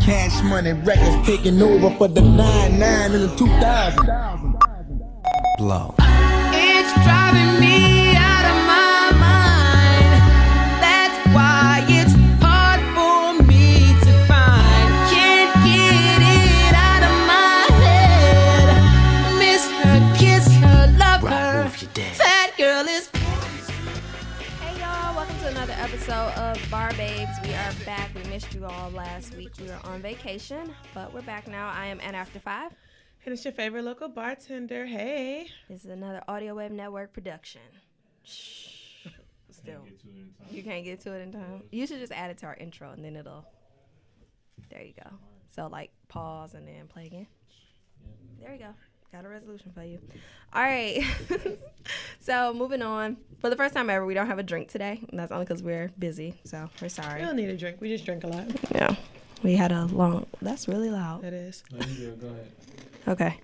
Cash money records taking over for the 9 9 in the 2000. Blow. It's driving me out of my mind. That's why it's hard for me to find. Can't get it out of my head. Miss her, kiss her, love her. That girl is. Hey y'all, welcome to another episode of Bar Babes. We are back. We missed you all last week. We were on vacation, but we're back now. I am Ann After Five. And it's your favorite local bartender. Hey. This is another Audio Web Network production. Shh. Still, you can't get to it in time. You should just add it to our intro and then it'll. There you go. So, like, pause and then play again. There you go. Got a resolution for you. All right. so, moving on. For the first time ever, we don't have a drink today. And that's only because we're busy. So, we're sorry. We don't need a drink. We just drink a lot. Yeah. We had a long. That's really loud. That is. Okay.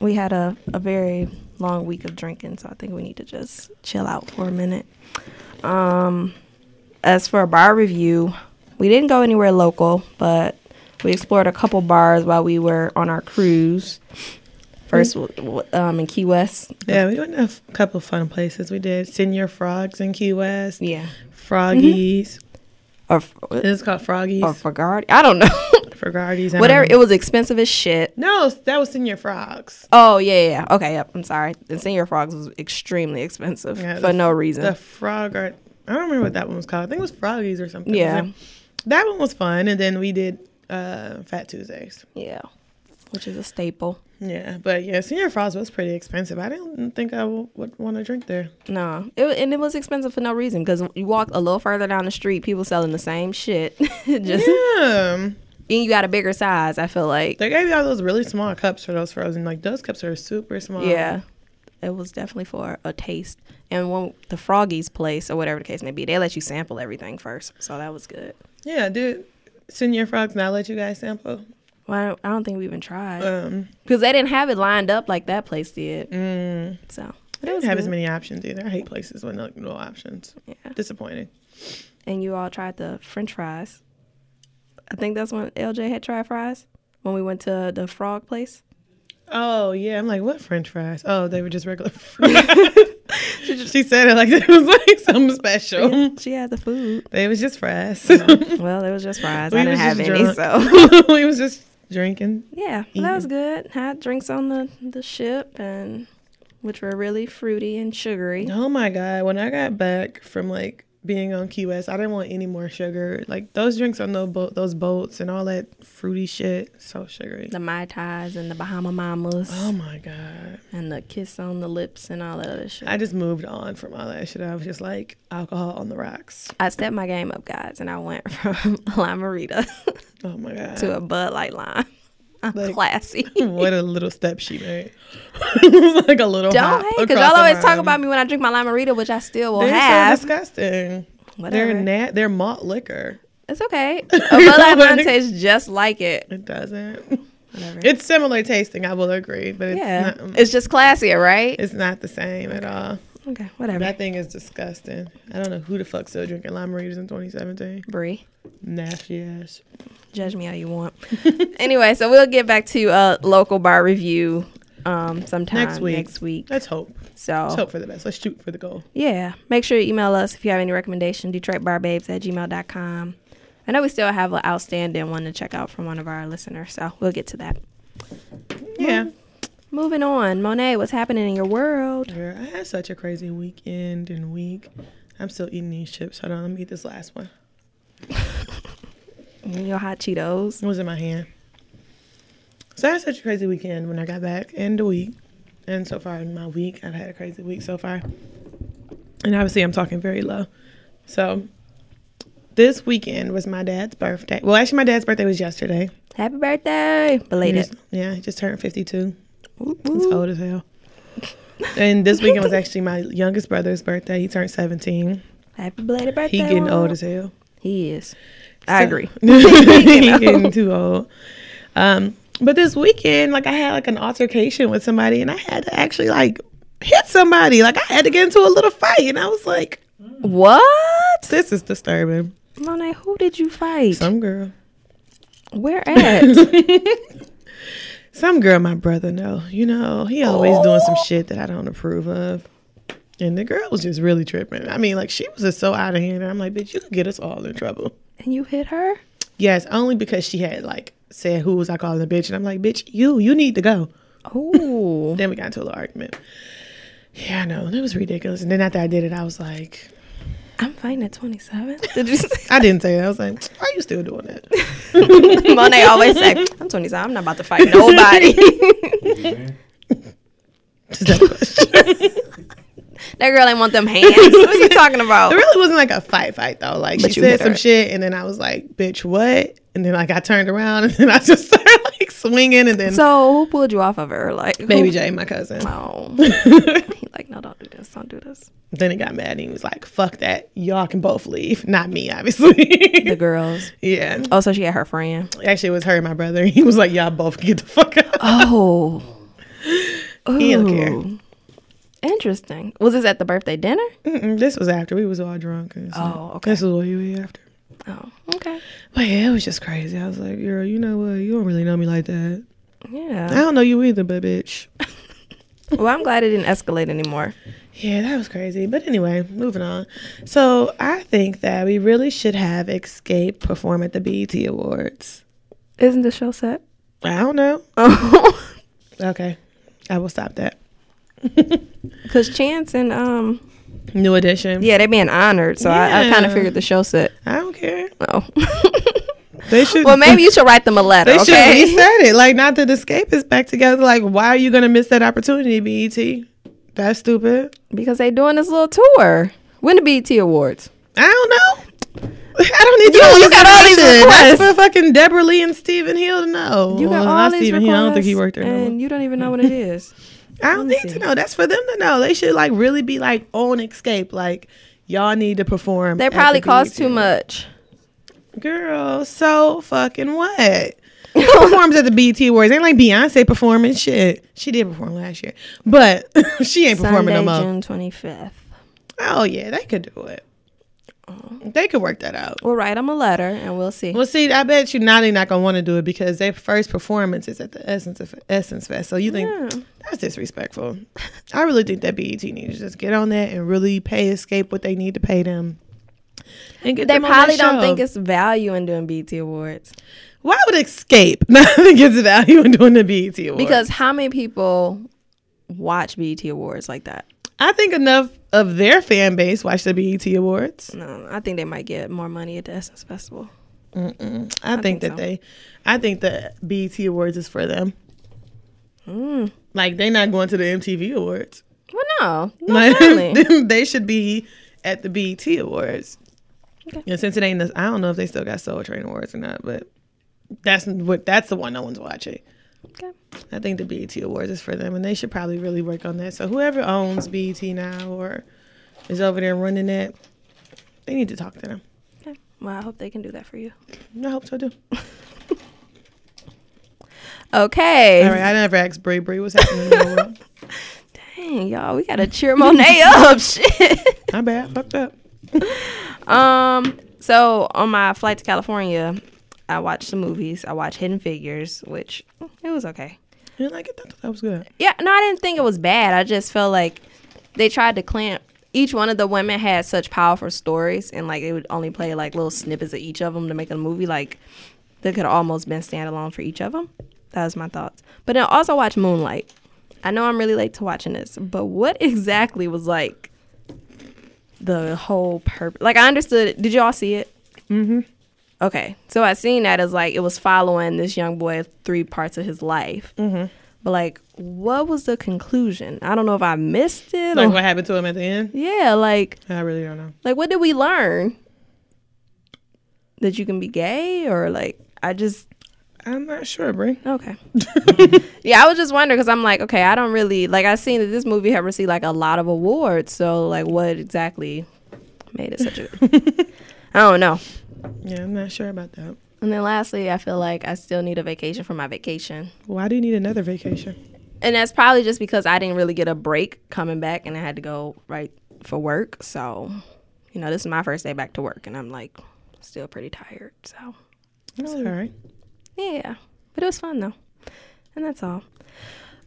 We had a, a very long week of drinking, so I think we need to just chill out for a minute. Um, as for a bar review, we didn't go anywhere local, but we explored a couple bars while we were on our cruise. First, w- Mm-hmm. w- um, in Key West. Yeah, we went to a f- couple fun places. We did Senior Frogs in Key West. Yeah. Froggies. Or, f- It's called Froggies. or Fagard. I don't know. For Gardies. I Whatever. don't It know. was expensive as shit. No, s- that was Senior Frogs. Oh, yeah, yeah, yeah. Okay, yep. I'm sorry. The Senior Frogs was extremely expensive Yeah, for the- no reason. The frog art. I don't remember what that one was called. I think it was Froggies or something. Yeah. Like, That one was fun. And then we did uh, Fat Tuesdays. yeah. Which is a staple. Yeah. But yeah, Senior Frogs was pretty expensive. I didn't think I w- would want to drink there. No, it, wa- and it was expensive for no reason because you walk a little further down the street, people selling the same shit. Just Yeah. and you got a bigger size. I feel like They gave you all those really small cups for those frozen. Like those cups are super small. yeah, it was definitely for a taste. And when the Froggies place or whatever the case may be, they let you sample everything first, so that was good. Yeah, dude. Senior frogs not let you guys sample. Well, I don't, I don't think we even tried Um because they didn't have it lined up like that place did. Mm. So they it was don't have as good. many options either. I hate places with no, no options. Yeah. Disappointing. And you all tried the French fries. I think that's when LJ had tried fries when we went to the Frog place. Oh yeah, I'm like, what French fries? Oh, they were just regular fries. she, just- she said it like it was like something special. She had the food. They was just fries. Well, it was just fries. We I didn't was have just any, drunk. so we was just drinking. yeah, well, that was good. Had drinks on the the ship and which were really fruity and sugary. Oh my god, when I got back from like being on Key West, I didn't want any more sugar. Like those drinks on those boat, those boats and all that fruity shit, so sugary. The mai tais and the Bahama mamas Oh my god, and the kiss on the lips and all that other shit. I, I just moved on from all that shit. I was just like alcohol on the rocks. stepped my game up, guys, and I went from a lime marita Oh my god, to a Bud Light lime. I'm Like- classy. what a little step she made. like a little. Don't hop hate because across y'all the always talk line. about me when I drink my lime marita, which I still will They're have. so disgusting. Whatever. They're nat. They're malt liquor. it's okay. A Bud Light lime Like- tastes just like it. It doesn't. Whatever. It's similar tasting. I will agree, but it's yeah, not. it's just classier, right? It's not the same at all. Okay, whatever. That thing is disgusting. I don't know who the fuck still drinking lime margaritas in 2017. Brie, Nasty ass. judge me how you want. anyway, so we'll get back to uh, local bar review um, sometime Next week. Next week. Let's hope. So Let's hope for the best. Let's shoot for the goal. yeah, make sure you email us if you have any recommendation. DetroitBarBabes at gmail.com. I know we still have an outstanding one to check out from one of our listeners, so we'll get to that. Yeah. Moving on, Monet, what's happening in your world? Girl, I had such a crazy weekend and week. I'm still eating these chips. Hold on, let me eat this last one. Your hot Cheetos. It was in my hand. So I had such a crazy weekend when I got back and the week. And so far in my week, I've had a crazy week so far. And obviously, I'm talking very low. So this weekend was my dad's birthday. Well, actually, my dad's birthday was yesterday. Happy birthday, He belated. just- yeah, he just turned 52. Ooh, He's ooh. old as hell. And this weekend was actually my youngest brother's birthday. He turned 17. Happy belated birthday. He getting world. old as hell. He is. I So- agree. he getting too old. Um, but this weekend, like I had like an altercation with somebody, and I had to actually like hit somebody. Like I had to get into a little fight, and I was like, What? "This is disturbing." Monet, who did you fight? Some girl. Where at? Some girl my brother know, you know, he always doing some shit that I don't approve of. And the girl was just really tripping. I mean, like she was just so out of hand. I'm like, bitch, you could get us all in trouble. and you hit her? Yes, only because she had like said who was I calling a bitch, and I'm like, bitch, you, you need to go. Ooh. Then we got into a little argument. Yeah, I know. It was ridiculous. And then after I did it, I was like, I'm fighting at 27. Did you see? I didn't say that. I was like, why are you still doing that? Monet always say, I'm 27. I'm not about to fight nobody. Just that question. that girl ain't want them hands. What you talking It about? really wasn't like a fight fight though. Like But she you hit said some her. shit, and then I was like, bitch, what? And then like I turned around, and then I just started like swinging, and then So who pulled you off of her? Like who- Baby J, my cousin. No. he like, no, don't do this. Don't do this. Then he got mad and he was like, fuck that. Y'all can both leave. Not me, obviously. The girls. yeah. Oh, so she had her friend. Actually, it was her and my brother. He was like, y'all both get the fuck out. Oh. He don't care. Ooh. Interesting. Was this at the birthday dinner? Mm-mm, this was after. We was all drunk. And so Oh, okay. This was what you were after. Oh, okay. But yeah, it was just crazy. I was like, girl, you know what? You don't really know me like that. I Yeah. don't know you either, but bitch. Well, I'm glad it didn't escalate anymore. Yeah, that was crazy. But anyway, moving on. So I think that we really should have Escape perform at the BET Awards. Isn't the show set? I don't know. Oh. Okay. I will stop that. Cause Chance and um New edition. yeah they being honored, so I, I kind Yeah. of figured the show set. I don't care. Oh, They should. well maybe you should write them a letter. they should okay, reset it. Like, not that Escape is back together. Like, why are you gonna miss that opportunity, BET? That's stupid. because they doing this little tour. When the BET Awards? I don't know. I don't need You- your you got all these information. requests. That's for fucking Deborah Lee and Stephen Hill to know. You got Well, all not these Stephen Hill. I don't think he requests, worked there. no more. and you don't even know what it is. I Let don't need me to see. know. That's for them to know. They should like really be like on escape. Like y'all need to perform. They at the probably cost BET. too much. Girl, so fucking what? Who performs at the BET Awards? Ain't like Beyonce performing shit. She did perform last year, but she ain't performing Sunday, no more. June twenty fifth. Oh yeah, they could do it. Oh. They could work that out. We'll write them a letter and we'll see. Well, see, I bet you now they're not gonna want to do it because their first performance is at the Essence of Essence Fest. So you think Yeah. that's disrespectful? I really think that BET needs to just get on that and really pay Escape what they need to pay them. And get They them on that probably don't show. think it's value in doing BET Awards why would Escape not think it's value in doing the E BET award? because how many people watch BET Awards like that? I think enough of their fan base watch the BET awards. No, I think they might get more money at the Essence Festival. I, think, think that so. they, I think the BET awards is for them. Mm. Like they're not going to the MTV awards. Well, no, Like, not really. they should be at the BET Awards. And since it ain't, this, I don't know if they still got Soul Train Awards or not, but that's what that's the one no one's watching. Okay. I think the BET Awards is for them, and they should probably really work on that. So whoever owns BET now or is over there running that, they need to talk to them. Okay. Well, I hope they can do that for you. I hope so too. Okay. All right, I never asked Bray Bray what's happening in the world. Dang, y'all, we gotta cheer Monet up. Shit. My bad, fucked up. Um. So on my flight to California, I watched some movies. I watched Hidden Figures, which mm, it was okay. You didn't like it? I thought that was good. Yeah. No, I didn't think it was bad. I just felt like they tried to clamp. Each one of the women had such powerful stories, and like they would only play like little snippets of each of them to make a movie. Like they could have almost been standalone for each of them. That was my thoughts. But then I also watched Moonlight. I know I'm really late to watching this, but what exactly was like the whole purpose? Like I understood. Did y'all see it? Mm-hmm. Okay, so I seen that as like it was following this young boy three parts of his life. Mm-hmm. But like, what was the conclusion? I don't know if I missed it. Like or, what happened to him at the end? yeah, like I really don't know. like what did we learn? That you can be gay or like I just I'm not sure, Bray. Okay. yeah, I was just wondering because I'm like, okay, I don't really like. I seen that this movie had received like a lot of awards, so like, what exactly made it such a? I don't know. Yeah, I'm not sure about that. And then lastly, I feel like I still need a vacation from my vacation, Why do you need another vacation? and that's probably just because I didn't really get a break coming back, and I had to go right for work. So, you know, this is my first day back to work, and I'm like still pretty tired. So, That's all right. Yeah, but it was fun though, and that's all.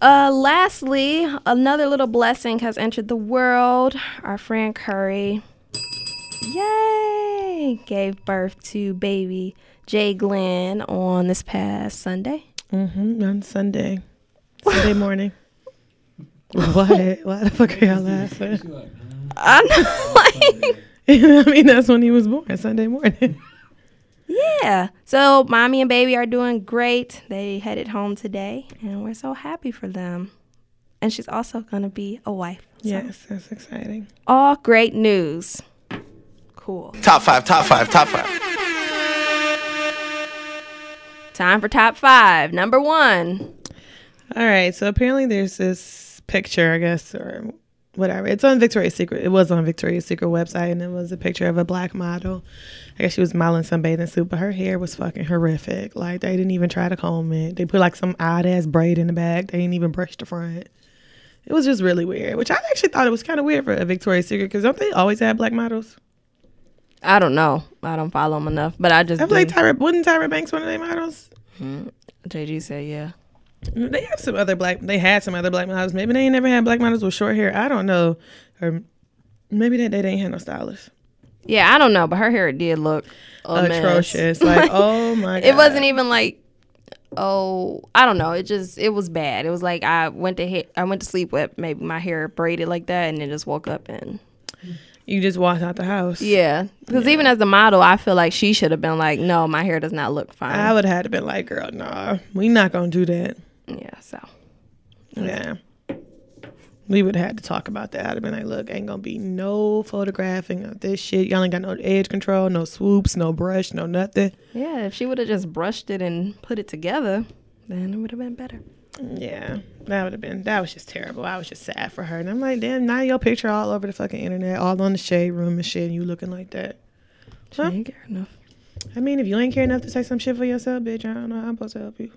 Uh, lastly, another little blessing has entered the world. Our friend Curry, yay, gave birth to baby Jay Glenn on this past Sunday. Mm-hmm. On Sunday, Sunday morning. What? Why the fuck are y'all laughing? I'm like, I mean, that's when he was born, Sunday morning. yeah. So mommy and baby are doing great. They headed home today, and we're so happy for them. And she's also gonna be a wife. So, Yes, that's exciting. All great news. Cool. Top five, top five, top five. Time for top five. Number one. All right. So apparently there's this picture, I guess, or whatever. It's on Victoria's Secret. It was on Victoria's Secret website, and it was a picture of a black model. I guess she was modeling some bathing suit, but her hair was fucking horrific. Like they didn't even try to comb it. They put like some odd ass braid in the back. They didn't even brush the front. It was just really weird, which I actually thought it was kind of weird for a Victoria's Secret because don't they always have black models? I don't know. I don't follow him enough, but I just I'm do. like Tyra, wasn't Tyra Banks one of their models? JG said, yeah. They have some other black. They had some other black models. Maybe they ain't never had black models with short hair. I don't know, or maybe that they didn't have no stylist. Yeah, I don't know, but her hair did look a mess. Atrocious. Like oh my. God. it wasn't even like oh i don't know it just it was bad it was like i went to hit i went to sleep with maybe my hair braided like that and then just woke up and You just walked out the house. yeah because even as a model i feel like she should have been like no my hair does not look fine I would have had to been like, girl, nah, we not gonna do that. yeah so Yeah. We would have had to talk about that. I'd have been like, look, ain't gonna be no photographing of this shit. Y'all ain't got no edge control, no swoops, no brush, no nothing. yeah if she would have just brushed it and put it together then it would have been better Yeah, that would have been that was just terrible. I was just sad for her, and I'm like, damn, now your picture all over the fucking internet, all on the shade room and shit, and you looking like that. she Huh? didn't care enough I mean, if you ain't care enough to say some shit for yourself, bitch, I don't know how I'm supposed to help you.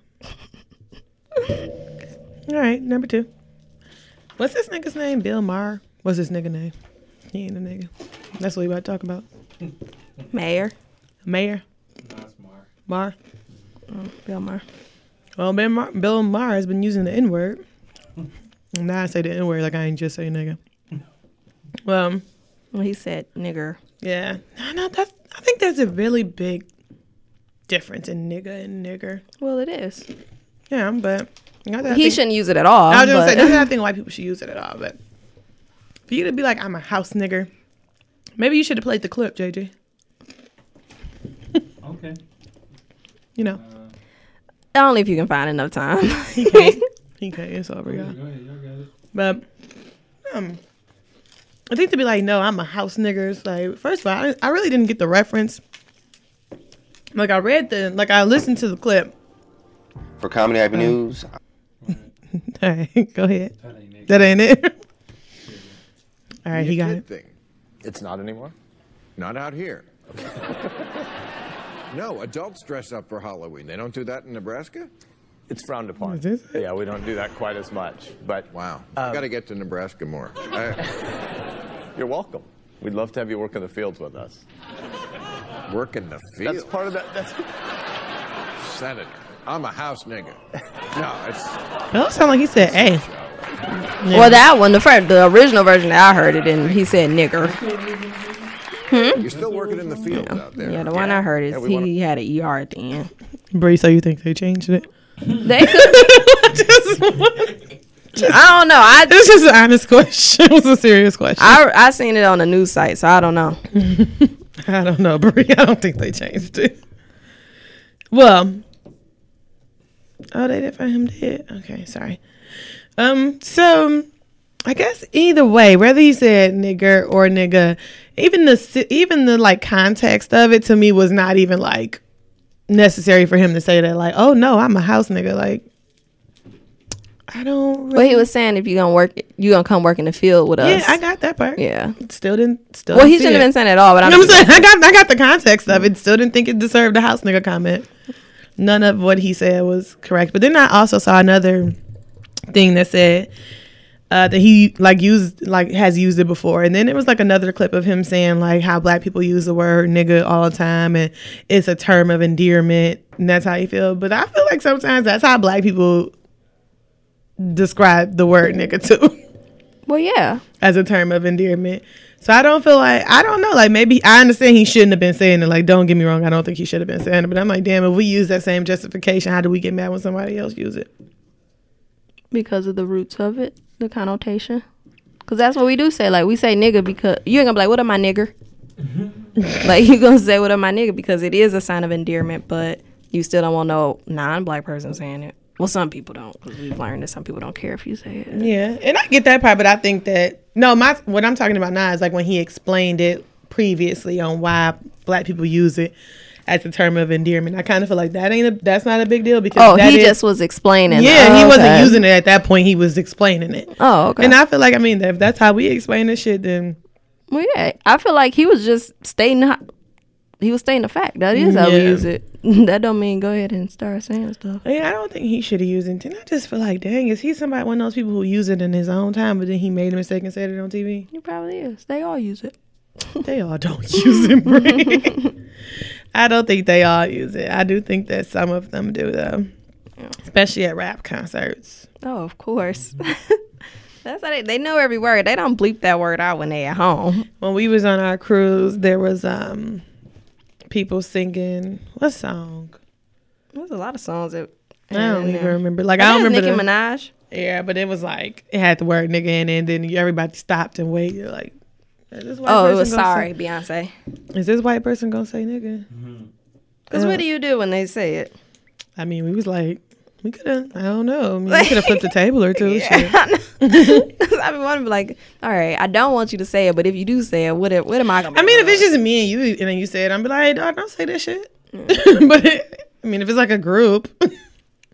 all right, number two. What's this nigga's name? Bill Maher. What's this nigga name? He ain't a nigga. That's what we about to talk about. mayor Mayor Maher. bill Maher. Well, ben Mar- Bill Maher has been using the N word. Now I say the N word like I ain't just say nigga. Well. well, he said nigger Yeah. No, no, that's, I think there's a really big difference in nigga and nigger. well it is Yeah, but not that I he think- shouldn't use it at all I was gonna say, but- not that I think white people should use it at all, but for you to be like, I'm a house nigger, maybe you should have played the clip, JJ. Okay. You know, only if you can find enough time he can't. he can't. It's over, Go y'all. ahead, y'all got it. But um, I think to be like, no, I'm a house nigger. It's like, first of all, I, I really didn't get the reference. Like I read the, like I listened to the clip. For Comedy Avenue News, All right, go ahead. That ain't it. That ain't it. All right, he got kid it. thing. It's not anymore. Not out here. no, adults dress up for Halloween. They don't do that in Nebraska. It's frowned upon. Is it? Yeah, we don't do that quite as much. But um, Wow, I got to get to Nebraska more. I you're welcome. We'd love to have you work in the fields with us. work in the That's field, part of that. That's senator. I'm a house nigger. No, it's That sound like he said, "Hey." Well, that one, the first, the original version that I heard it in, he said nigger. you're still working in the field out there. Yeah, the one I heard is Yeah, we he wanna- had an ER at the end. Bree, so you think they changed it? They could. I don't know. I, It's just an honest question. it was a serious question. I, I I seen it on a news site, so I don't know. don't know, Bree. I don't think they changed it. Well, oh, they didn't find him dead. Okay, sorry. Um, so I guess either way, whether he said nigger or nigga, even the si- even the like context of it to me was not even like necessary for him to say that. Like, oh no, I'm a house nigga. Like, I don't. But he was saying if you gonna work, you gonna come work in the field with us. Yeah, I got that part. Yeah. Still didn't. Still. Well, didn't he see shouldn't it. have been saying it at all. But I'm, You know what just- I'm saying I got I got the context of it. Still didn't think it deserved the house nigga comment. None of what he said was correct. But then I also saw another thing that said uh, that he like used like has used it before, and then it was like another clip of him saying like how black people use the word nigga all the time, and it's a term of endearment, and that's how you feel. But I feel like sometimes that's how black people describe the word nigga too. Well, yeah. as a term of endearment. So I don't feel like I don't know. Like maybe I understand he shouldn't have been saying it. Like don't get me wrong, I don't think he should have been saying it. But I'm like, damn, if we use that same justification, how do we get mad when somebody else use it? because of the roots of it, the connotation. Cause that's what we do say. Like we say nigga because you ain't gonna be like, what up my nigger? like you gonna say what up my nigga because it is a sign of endearment, but you still don't want no non-black person saying it. Well, some people don't because we've learned that some people don't care if you say it. Yeah, and I get that part, but I think that no, my what I'm talking about now is like when he explained it previously on why black people use it as a term of endearment. I kind of feel like that ain't a, that's not a big deal because Oh, that he is- just was explaining. yeah Oh, he wasn't okay. using it at that point. He was explaining it. Oh, okay. And I feel like I mean if that's how we explain this shit, then well, yeah, I feel like he was just stating how, he was stating the fact that is how we Yeah. use it. that don't mean go ahead and start saying stuff. Yeah, I don't think he should have used it. And I just feel like, dang, is he somebody one of those people who use it in his own time, but then he made a mistake and said it on TV? It probably is. They all use it. They all don't use it. Bree. I don't think they all use it. I do think that some of them do though, especially at rap concerts. Oh, of course. Mm-hmm. That's how they, they know every word. They don't bleep that word out when they at home. When we was on our cruise, there was um people singing what song? There's a lot of songs that I don't even remember. Like uh, I I don't remember. Nicki the- Minaj. yeah, but it was like it had the word nigga in it, and then everybody stopped and waited. Like, is this white Oh, it person was gonna Uh, sing- sorry, Beyonce. Is this white person gonna say nigga? Because what do you do when they say it? I mean, we was like, we could have, I don't know. I mean, we could have flipped a table or two. shit. I be wanting to be like, all right, I don't want you to say it, but if you do say it, what, am- what am I going to I mean, if it's just me and you, and then you say it, I'm be like, hey, dog, don't say that shit. but it, I mean, if it's like a group,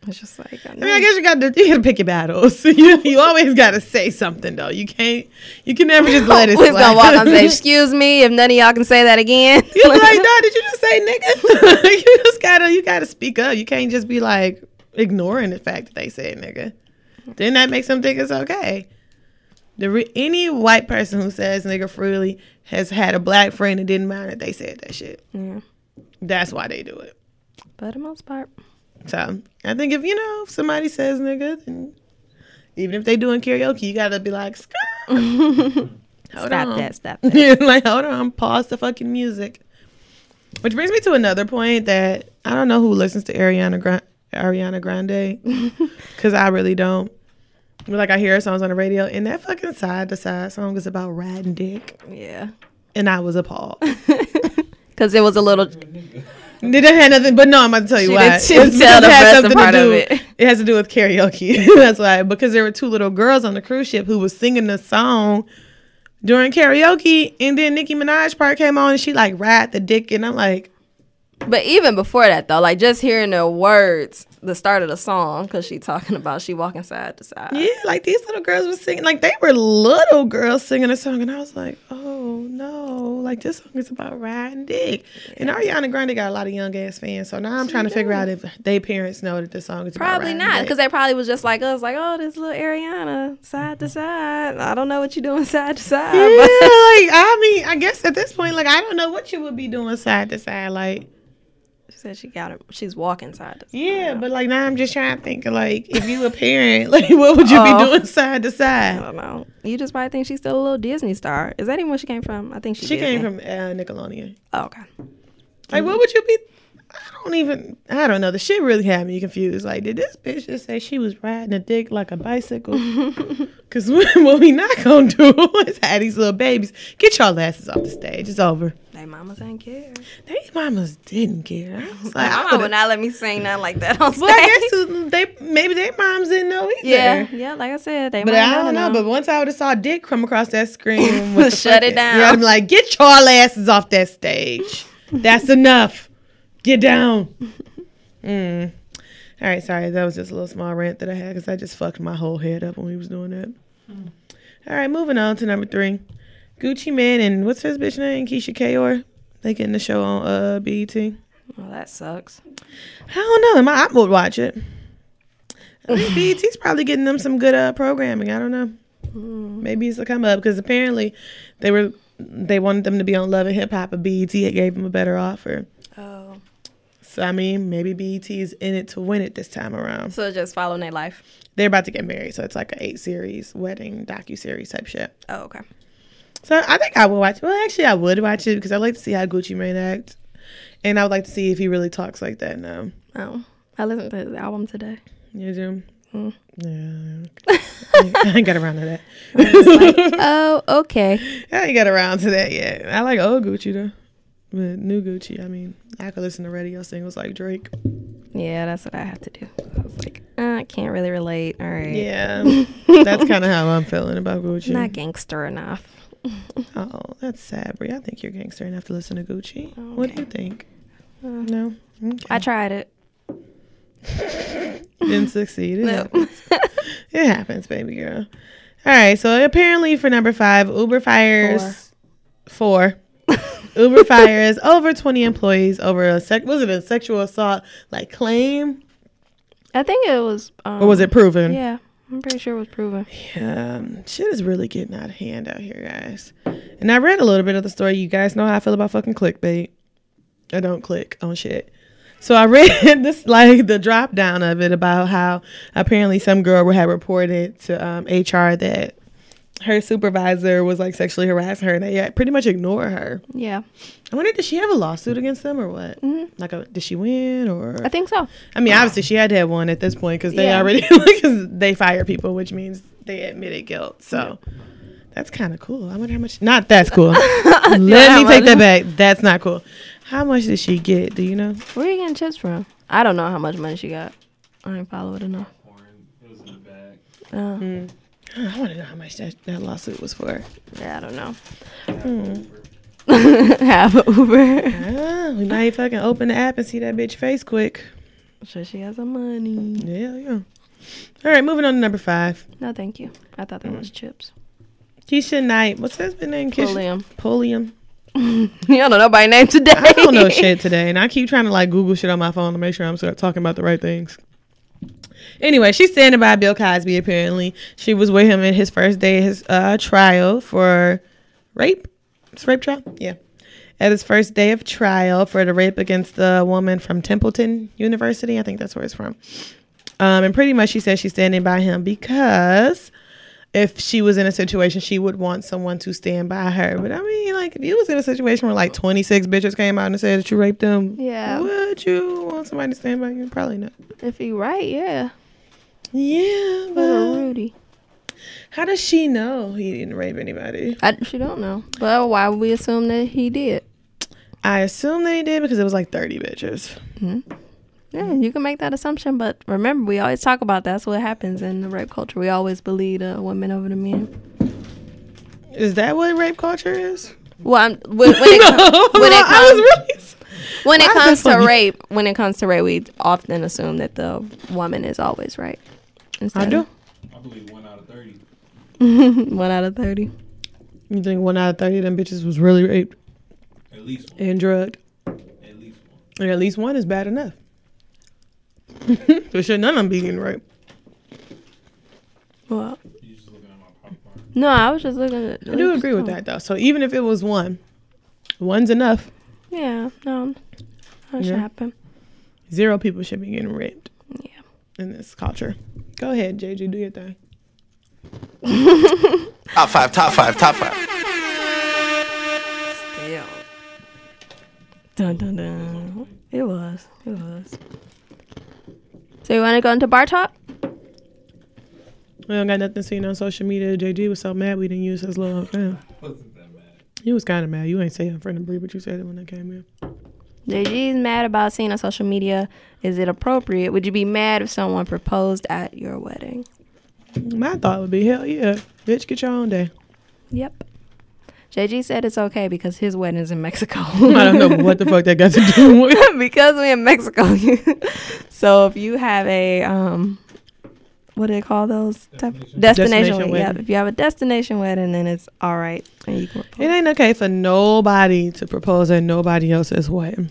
I It's just like, I mean, I guess you got to you got to pick your battles. you you always got to say something though. You can't, you can never just let it. Who's going to slide. walk on stage, excuse me, if none of y'all can say that again? You be like, dog, did you just say nigga? you just gotta, you gotta speak up. You can't just be like ignoring the fact that they said nigga. Then that makes them think it's okay. The re- any white person who says nigga freely has had a black friend and didn't mind that they said that shit. Yeah. That's why they do it. But for the most part, So I think if you know if somebody says nigga, then even if they doing karaoke, you gotta be like, "Skirt." Hold stop on. that, stop that. Yeah, like hold on, pause the fucking music. Which brings me to another point that I don't know who listens to Ariana Grande, Ariana Grande, because I really don't. But like I hear her songs on the radio, and that fucking side to side song is about riding dick, yeah. and I was appalled. Because it was a little, It didn't have nothing, but no, I'm about to tell you She why. didn't- she didn't It's tell because the it had rest something to part of do- it. It has to do with karaoke. That's why, because there were two little girls on the cruise ship who was singing the song during karaoke, and then Nicki Minaj part came on, and she like ride the dick, and I'm like, But even before that, though, like just hearing the words, the start of the song, because she talking about she walking side to side. yeah, like these little girls were singing, like they were little girls singing a song, and I was like, oh no, like this song is about riding dick, and Ariana Grande got a lot of young ass fans, so now I'm trying to figure out if they parents know that this song is Probably about riding not, dick. because they probably was just like us, like, oh, this little Ariana side to side. I don't know what you doing side to side. Yeah, but- like I mean, I guess at this point, like I don't know what you would be doing side to side, like she said she got it. She's walking side to side. yeah, but like now I'm just trying to think, like if you a parent, like what would you be Oh. doing side to I side? don't know. You just probably think she's still a little Disney star. Is that even where she came from? I think she. She Disney. came from uh, Nickelodeon. Oh, okay. Like what would you be? I don't even. I don't know. The shit really had me confused. Like did this bitch just say she was riding a dick like a bicycle? Because what we not gonna do is have these little babies get y'all asses off the stage. It's over. They mamas ain't care. These mamas didn't care. I was like, I Mama would've- would not let me sing nothing like that on stage. Well, I guess they maybe their moms didn't know either. yeah, yeah. Like I said, they. But might I don't know. But once I would have saw Dick come across that screen, with the Shut it fucking- down. Yeah, I'd be like, "Get your asses off that stage. That's enough. Get down." Mm. All right, sorry. That was just a little small rant that I had because I just fucked my whole head up when he was doing that. All right, moving on to number three, Gucci Man and what's his bitch name, Keisha Kaur. They getting the show on uh BET. well, that sucks. I don't know. Am I, I would watch it. I think BET's probably getting them some good uh, programming. I don't know. Maybe it's a come up because apparently they were they wanted them to be on Love and Hip Hop, but BET had gave them a better offer. Oh. So I mean, maybe BET is in it to win it this time around. So just following their life. They're about to get married, so it's like a eight series wedding docu series type shit. Oh, okay. So I think I would watch. Well, actually, I would watch it because I like to see how Gucci Mane acts, and I would like to see if he really talks like that now. Oh. I listened to his album today. You do. Yeah, I ain't got around to that. oh, okay. I ain't got around to that yet. I like old Gucci though, but new Gucci. I mean, I could listen to radio singles like Drake. Yeah, that's what I have to do. I was like, uh, I can't really relate. All right. Yeah, that's kind of how I'm feeling about Gucci. Not gangster enough. Oh, that's sad, Brie. I think you're gangster enough to listen to Gucci. What do you think? Uh, no, okay. I tried it. didn't succeed. It happens. it happens, baby girl. All right. So apparently, for number five, Uber fires four. Uber fires over twenty employees over a sec. Was it a sexual assault like claim I think it was. Um, or Oh, was it proven? Yeah, I'm pretty sure it was proven. Um, shit is really getting out of hand out here, guys. And I read a little bit of the story. You guys know how I feel about fucking clickbait. I don't click on shit. So I read this like the drop down of it about how apparently some girl had reported to um, HR that her supervisor was like sexually harassing her and they uh, pretty much ignore her. Yeah, I wonder did she have a lawsuit against them or what? Like, a, did she win or? I think so. I mean, obviously she had to have one at this point because they Um, Yeah. already because they fire people, which means they admitted guilt. So that's kind of cool. I wonder how much. Not that's cool. Let me take that back. That's not cool. How much did she get? Do you know? Where you getting chips from? I don't know how much money she got. I ain't follow it enough. Uh, Mm. I want to know how much that, that lawsuit was for. Yeah, I don't know. Hmm. Have a Uber. Ah, we might fucking open the app and see that bitch face quick. Sure, she has some money. Yeah, yeah. All right, moving on to number five. No, thank you. I thought that was chips. Keisha Knight. What's his name? Keisha Pulliam. Pulliam. you don't know nobody name today. I don't know shit today, and I keep trying to like Google shit on my phone to make sure I'm sort of talking about the right things. Anyway, she's standing by Bill Cosby. Apparently, she was with him in his first day of his uh, trial for rape. It's rape trial, yeah. At his first day of trial for the rape against the woman from Templeton University, I think that's where it's from. Um, and pretty much, she says she's standing by him because if she was in a situation she would want someone to stand by her. But I mean, like if you was in a situation where like twenty six bitches came out and said that you raped them, Yeah. would you want somebody to stand by you? Probably not. If you right, yeah. Uh, Yeah, Little but Rudy. how does she know he didn't rape anybody? I, she don't know. But why would we assume that he did? I assume that he did because it was like thirty bitches. Yeah, you can make that assumption, but remember, we always talk about that's what happens in the rape culture. We always believe the women over the men. Is that what rape culture is? Well, I'm, when, when it, com- when it I was comes, when it really Why is that comes to funny? rape, when it comes to rape, we often assume that the woman is always right. I Instead do. of I believe one out of thirty. One out of thirty. You think one out of thirty of them bitches was really raped At least one. and drugged? At least one. And at least one is bad enough. so should none of them be getting raped. Well, You just looking at my popcorn. no, I was just looking. At, I do agree with that though. So even if it was one, one's enough. Yeah, no, that Yeah. should happen. Zero people should be getting raped Yeah. in this culture. Go ahead, JJ, do your thing. Top five, top five, top five. Damn. Dun dun dun. It was. It was. So you want to go into bar talk? We don't got nothing seen on social media. JJ was so mad we didn't use his little thing. Wasn't that mad? You was kind of mad. You ain't saying in front of Bree, but you said it when I came in. JG's mad about seeing on social media. Is it appropriate? Would you be mad if someone proposed at your wedding? My thought would be, hell yeah, bitch, get your own day. Yep. JG said it's okay because his wedding is in Mexico. I don't know what the fuck that got to do with. because we in Mexico. you- so if you have a um, what do they call those? Type? Destination, Destination wedding. wedding. Yep. If you have a destination wedding, then it's all right, and you can. It ain't okay for nobody to propose at nobody else's wedding.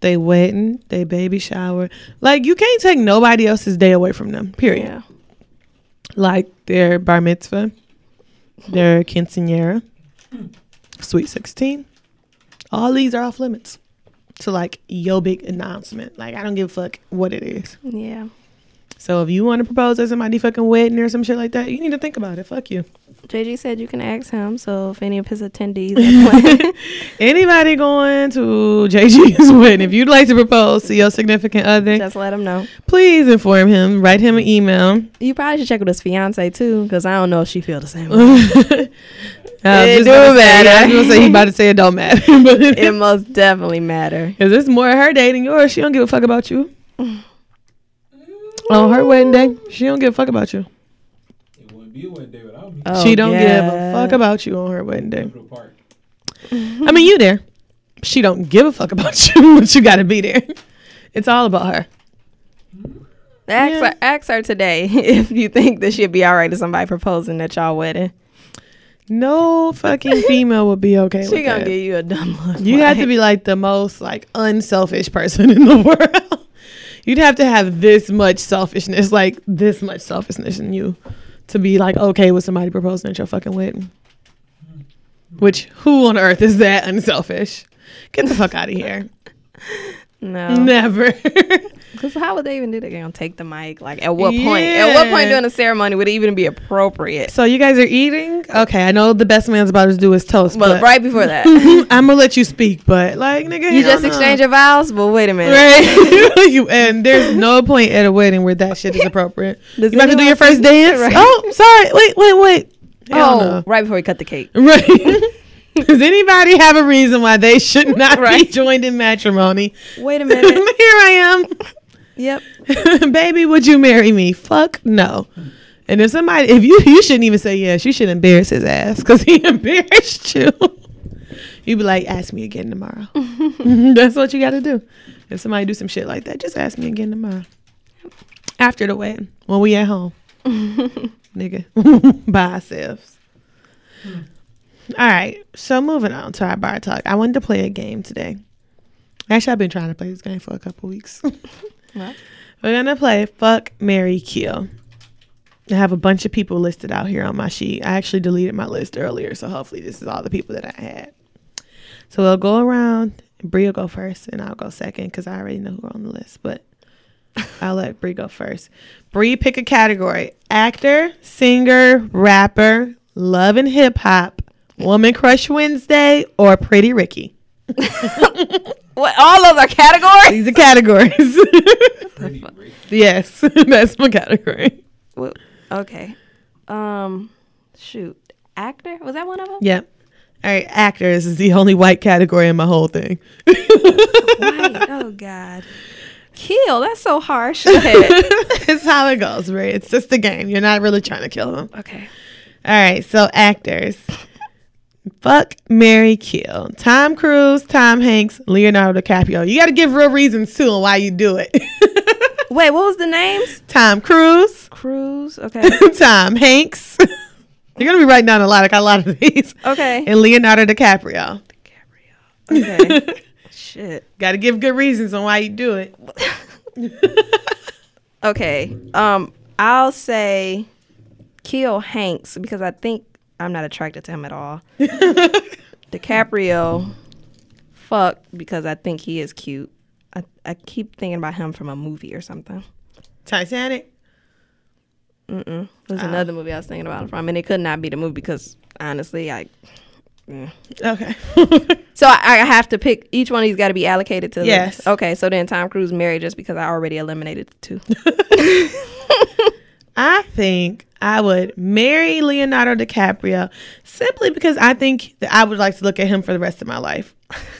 They wedding, they baby shower. Like you can't take nobody else's day away from them. Period. Yeah. Like their bar mitzvah, their quinceanera, Sweet 16. All these are off limits to like your big announcement. Like, I don't give a fuck what it is. Yeah. So if you want to propose at somebody fucking wedding or some shit like that, you need to think about it. Fuck you. JG said you can ask him. So if any of his attendees, are playing- Anybody going to JG's wedding, if you'd like to propose to your significant other, just let him know. please inform him. Write him an email. You probably should check with his fiance too, because I don't know if she feel the same. way. it Uh, It do I matter. was gonna say he about to say it don't matter, but it most definitely matter. because it's more her day than yours. She don't give a fuck about you. On her wedding day, she don't give a fuck about you. It wouldn't be what day without me. Oh, she don't give a yeah. fuck about you on her wedding day. Go to the park. I mean, you there. She don't give a fuck about you, but you gotta be there. It's all about her. Ask, Yeah. her, ask her today if you think that she'd be all right to somebody proposing at y'all wedding. No fucking female would be okay She with gonna that. give you a dumb look. You have to be like the most like unselfish person in the world. You'd have to have this much selfishness, like this much selfishness in you, to be like okay with somebody proposing at your fucking wedding. Which who on earth is that unselfish? Get the fuck out of here. no, Never. because how would they even do that? They gonna take the mic? Like at what point? At what point Yeah. during the ceremony would it even be appropriate? so you guys are eating. Okay, I know the best man's about to do is toast, Well, but right before that, I'm gonna let you speak. But like, nigga, you hell just no. exchange your vows. But wait a minute. Right. You- and there's no point at a wedding where that shit is appropriate. Does you about to do anyone your first dance? Right. Oh, sorry. Wait, wait, wait. Hell Oh, right before we cut the cake. no. Right. Does anybody have a reason why they should not be Right. joined in matrimony? Wait a Here minute. I yep. am. Baby, would you marry me? Fuck no. And if somebody, if you, you shouldn't even say yes. You should embarrass his ass because he embarrassed you. You'd be like, ask me again tomorrow. That's what you got to do. If somebody do some shit like that, just ask me again tomorrow. After the wedding, when we at home, nigga, by ourselves. All right, so moving on to our bar talk. I wanted to play a game today. Actually, I've been trying to play this game for a couple weeks. What? We're gonna play Fuck Mary Kill. I have a bunch of people listed out here on my sheet. I actually deleted my list earlier, so hopefully this is all the people that I had. So we'll go around. Bree will go first, and I'll go second because I already know who are on the list. But I'll let Bree go first. Bree, pick a category: actor, singer, rapper, love and hip hop, woman crush Wednesday, or Pretty Ricky. What? All those are categories. These are categories. Pretty great. yes, that's my category. Well, okay. Um, shoot. Actor? Was that one of them? Yep. All right, actors is the only white category in my whole thing. Right. Oh God. Kill. That's so harsh. Go ahead. it's how it goes, right? It's just a game. You're not really trying to kill them. okay. All right, so actors. Fuck Mary Kill. Tom Cruise, Tom Hanks, Leonardo DiCaprio. You got to give real reasons too on why you do it. Wait. What was the names? Tom Cruise, Cruise. Okay. Tom Hanks. You're going to be writing down a lot, I got a lot of these. Okay. And Leonardo DiCaprio. Okay. Shit. Got to give good reasons on why you do it. Okay. Um, I'll say kill Hanks because I think I'm not attracted to him at all. DiCaprio, fuck because I think he is cute. I, I keep thinking about him from a movie or something. Titanic. Ah. There's another movie I was thinking about him from, and it could not be the movie because honestly, I Okay. so I, I have to pick each one. He's got to be allocated to. the- Yes. Okay, so then Tom Cruise married just because I already eliminated the two. I think I would marry Leonardo DiCaprio simply because I think that I would like to look at him for the rest of my life.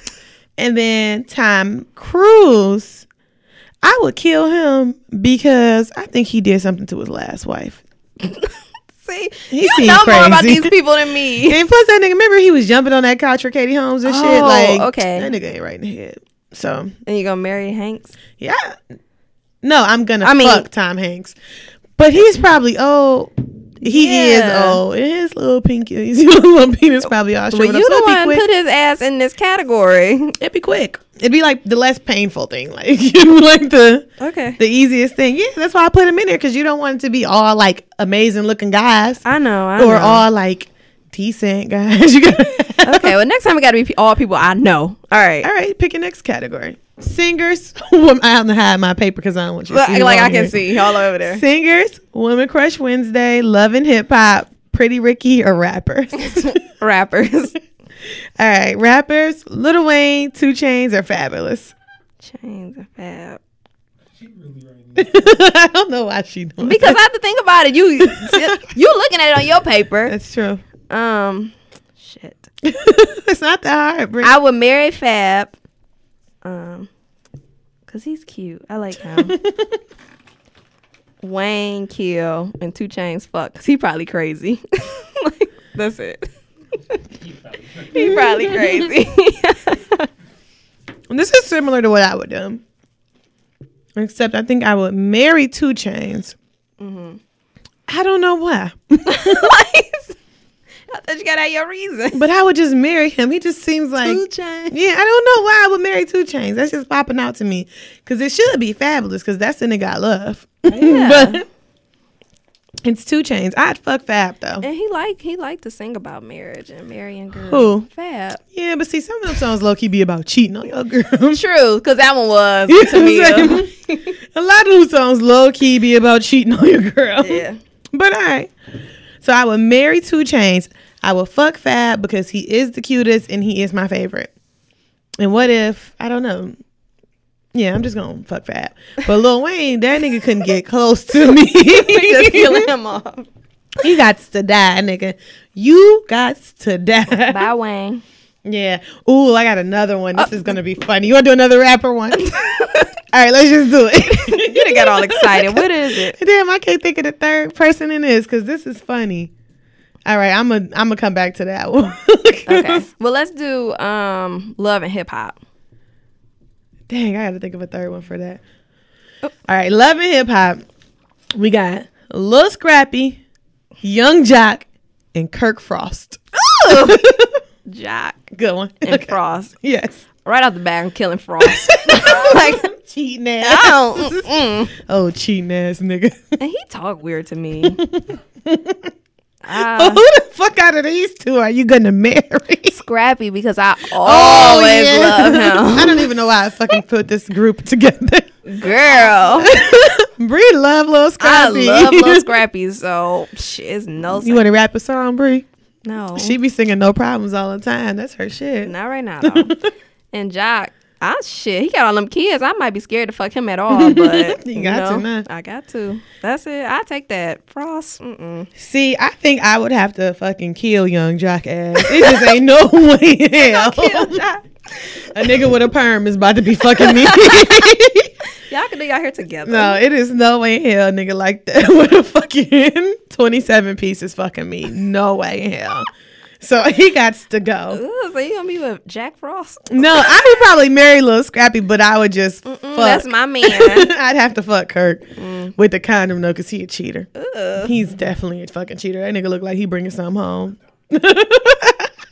and then Tom Cruise, I would kill him because I think he did something to his last wife. See, He you seemed know more about crazy. these people than me. And plus, that nigga, remember he was jumping on that couch for Katie Holmes and shit? Oh, Like, okay. that nigga ain't right in the head. So, And you gonna marry Hanks? yeah. No, I'm gonna I mean- fuck Tom Hanks. But he's probably old. He Yeah. is old. And his little pinky, his little penis probably all Well, shriveled you up. the So it'd one be quick. put his ass in this category. it'd be quick. It'd be like the less painful thing, like you know, like the Okay. the easiest thing. Yeah, that's why I put him in there because you don't want it to be all like amazing looking guys I know. I or know. all like decent, guys. You got Okay, well, next time we got to be pe- all people I know. All right. All right, pick your next category. Singers. Wom- I have to hide my paper because I don't want you to Well, see like who I on can here. see all over there. Singers, Woman Crush Wednesday, Love and Hip Hop, Pretty Ricky, or rappers. All Rappers. right, rappers, Little Wayne, Two Chains, or Fabulous. Chains of fab. She really right now. I don't know why she knows. Because I have to think about it. You you looking at it on your paper. That's true. Um, shit. it's not that hard. Bri- I would marry Fab. Um, cause he's cute. I like him. Wayne kill and Two Chains fuck. Cause he probably crazy. like, that's it. he probably crazy. this is similar to what I would do. Except I think I would marry Two Chains. Mm-hmm. I don't know why. like, I thought you got out your reason. But I would just marry him. He just seems like Two Chains. Yeah, I don't know why I would marry Two Chains. That's just popping out to me because it should be fabulous because that's the nigga I love. Yeah. but it's Two Chains. I'd fuck Fab though. And he like he liked to sing about marriage and marrying girls. Who? Fab. Yeah, but see, some of them songs low key be about cheating on your girl. True, because that one was You know to me. what I'm saying? a lot of those songs low key be about cheating on your girl. yeah. But all right. So I would marry Two Chains. I would fuck Fab because he is the cutest and he is my favorite. And what if I don't know? Yeah, I'm just gonna fuck Fab. But Lil Wayne, that nigga couldn't get close to me. Just killing him off. he got to die, nigga. You got to die. Bye, Wayne. Yeah. Ooh, I got another one. Uh, This is gonna be funny. You wanna do another rapper one? all right, let's just do it. You done got all excited. What is it? Damn, I can't think of the third person in this because this is funny. All right, I'm gonna I'm gonna come back to that one. Okay. Well, let's do um love and hip hop. Dang, I gotta think of a third one for that. All right, love and hip hop. We got Lil Scrappy, Young Jock, and Kirk Frost. Jock Good one. and Okay. Frost. Yes. Right off the bat, I'm killing Frost. like Cheating I ass. don't. mm, Mm-mm. Oh, cheating ass nigga. And he talk weird to me. Who Ah, the fuck out of these two are you gonna marry? Oh, Scrappy because I always yeah. I love don't even know why I fucking put this group together. him, girl. Bree love Lil I Scrappy. love little Scrappy, so psh, it's no. You want to rap a song, Bree? No, She be singing no problems all the time. That's her shit. not right now. Though. and Jock, I shit, he got all them kids. I might be scared to fuck him at all, but You you, got to, know, nah. I got to. That's it. I take that Frost. Mm-mm. See, I think I would have to fucking kill young Jock ass. It just ain't no way in hell. a nigga with a perm is about to be fucking me. Y'all can do y'all here together. no, it is no way in hell, nigga like that with a fucking twenty seven piece is fucking me. No way in hell. So he got to go. Ooh, so you gonna be with Jack Frost? No, I would probably marry Lil Scrappy, but I would just fuck. Mm, That's my Mm. man. I'd have to fuck Kirk with the condom though, cause he a cheater. He's definitely a fucking cheater. That nigga look like he bringing some home.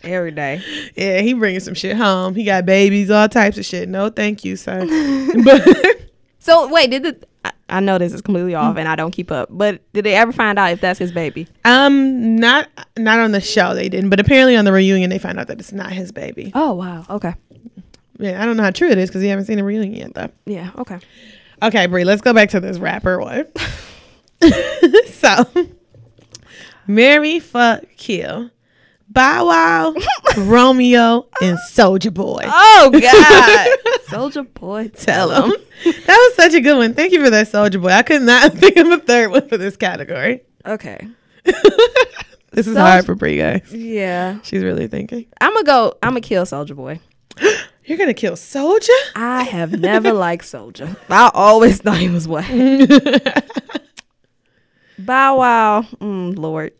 Every day. Yeah, he bringing some shit home. He got babies, all types of shit. No, thank you, sir. but So wait, did the I, I know this is completely off and I don't keep up, but did they ever find out if that's his baby? um, not not on the show they didn't, but apparently on the reunion they found out that it's not his baby. Oh wow. Okay. Yeah, I don't know how true it is because we haven't seen the reunion yet though. Yeah. Okay. Okay, Brie, let's go back to this rapper one. so, Mary fuck kill, Bow Wow, Romeo, and Soldier Boy. Oh God, Soldier Boy, Tell him that was such a good one. Thank you for that, Soldier Boy. I could not think of a third one for this category. Okay, This is Soulja- hard for Brie, guys. yeah, She's really thinking. I'm gonna go. I'm gonna kill Soldier Boy. You're gonna kill Soldier. I have never liked Soldier. I always thought he was Mm-hmm. white. Bow Wow, mm, Lord,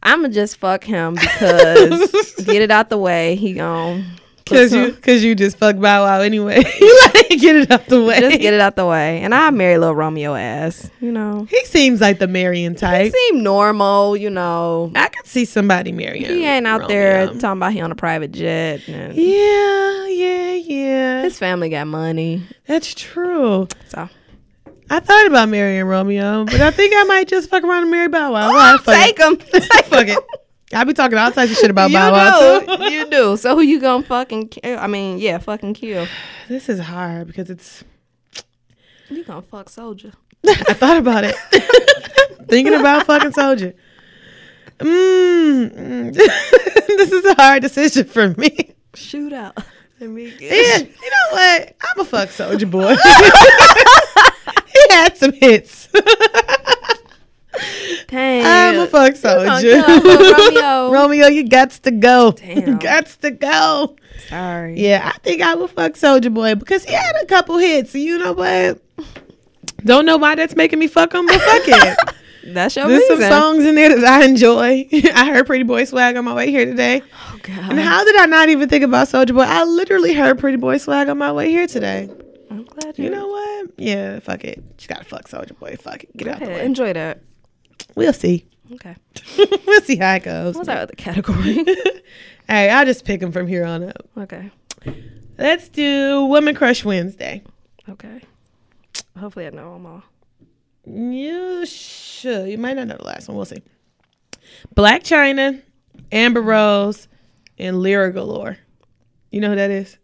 I'm gonna just fuck him because get it out the way. He gone. Cause you, cause you just fuck Bow Wow anyway. you like get it out the way. Just get it out the way, and I marry little Romeo ass. You know, He seems like the Marion he type. seem normal. You know, I could see somebody marrying. he ain't out there Romeo. talking about he on a private jet. And Yeah, yeah, yeah. His family got money, That's true. so. I thought about Oh, marrying Romeo, but I think I might just Oh, fuck around and marry Bow Wow. Why the fuck it? take him. Fuck it. I be talking all types of shit about You Bow Wow. too. do, you do. So who you gonna fucking? Kill? I mean, yeah, fucking kill. This is hard because it's. You gonna fuck soldier? I thought about it. Thinking about fucking soldier. Mm, mm. this is a hard decision for me. Shoot out. Let me get. Yeah, you know what? I'm a fuck soldier boy. he had some hits. Dang. I'm a fuck soldier. Romeo. Romeo, you gots to go. Damn. gots to go. Sorry. Yeah, I think I would fuck Soldier Boy because he had a couple hits. You know what? Don't know why that's making me fuck him, but fuck it. That's your There's some reason. songs in there that I enjoy. I heard Pretty Boy Swag on my way here today. Oh, God. And how did I not even think about Soldier Boy? I literally heard Pretty Boy Swag on my way here today. I'm glad you, You know what? Yeah, fuck it. Just gotta fuck Soldier Boy. Fuck it. Get out the Yeah, way. enjoy that. We'll see. Okay. we'll see how it goes. What's our other category? Hey, I'll just pick him from here on up. okay. Let's do Woman Crush Wednesday. Okay. Hopefully, I know them all. You should. You might not know the last one. We'll see. Black China, Amber Rose, and Lyra Galore. You know who that is?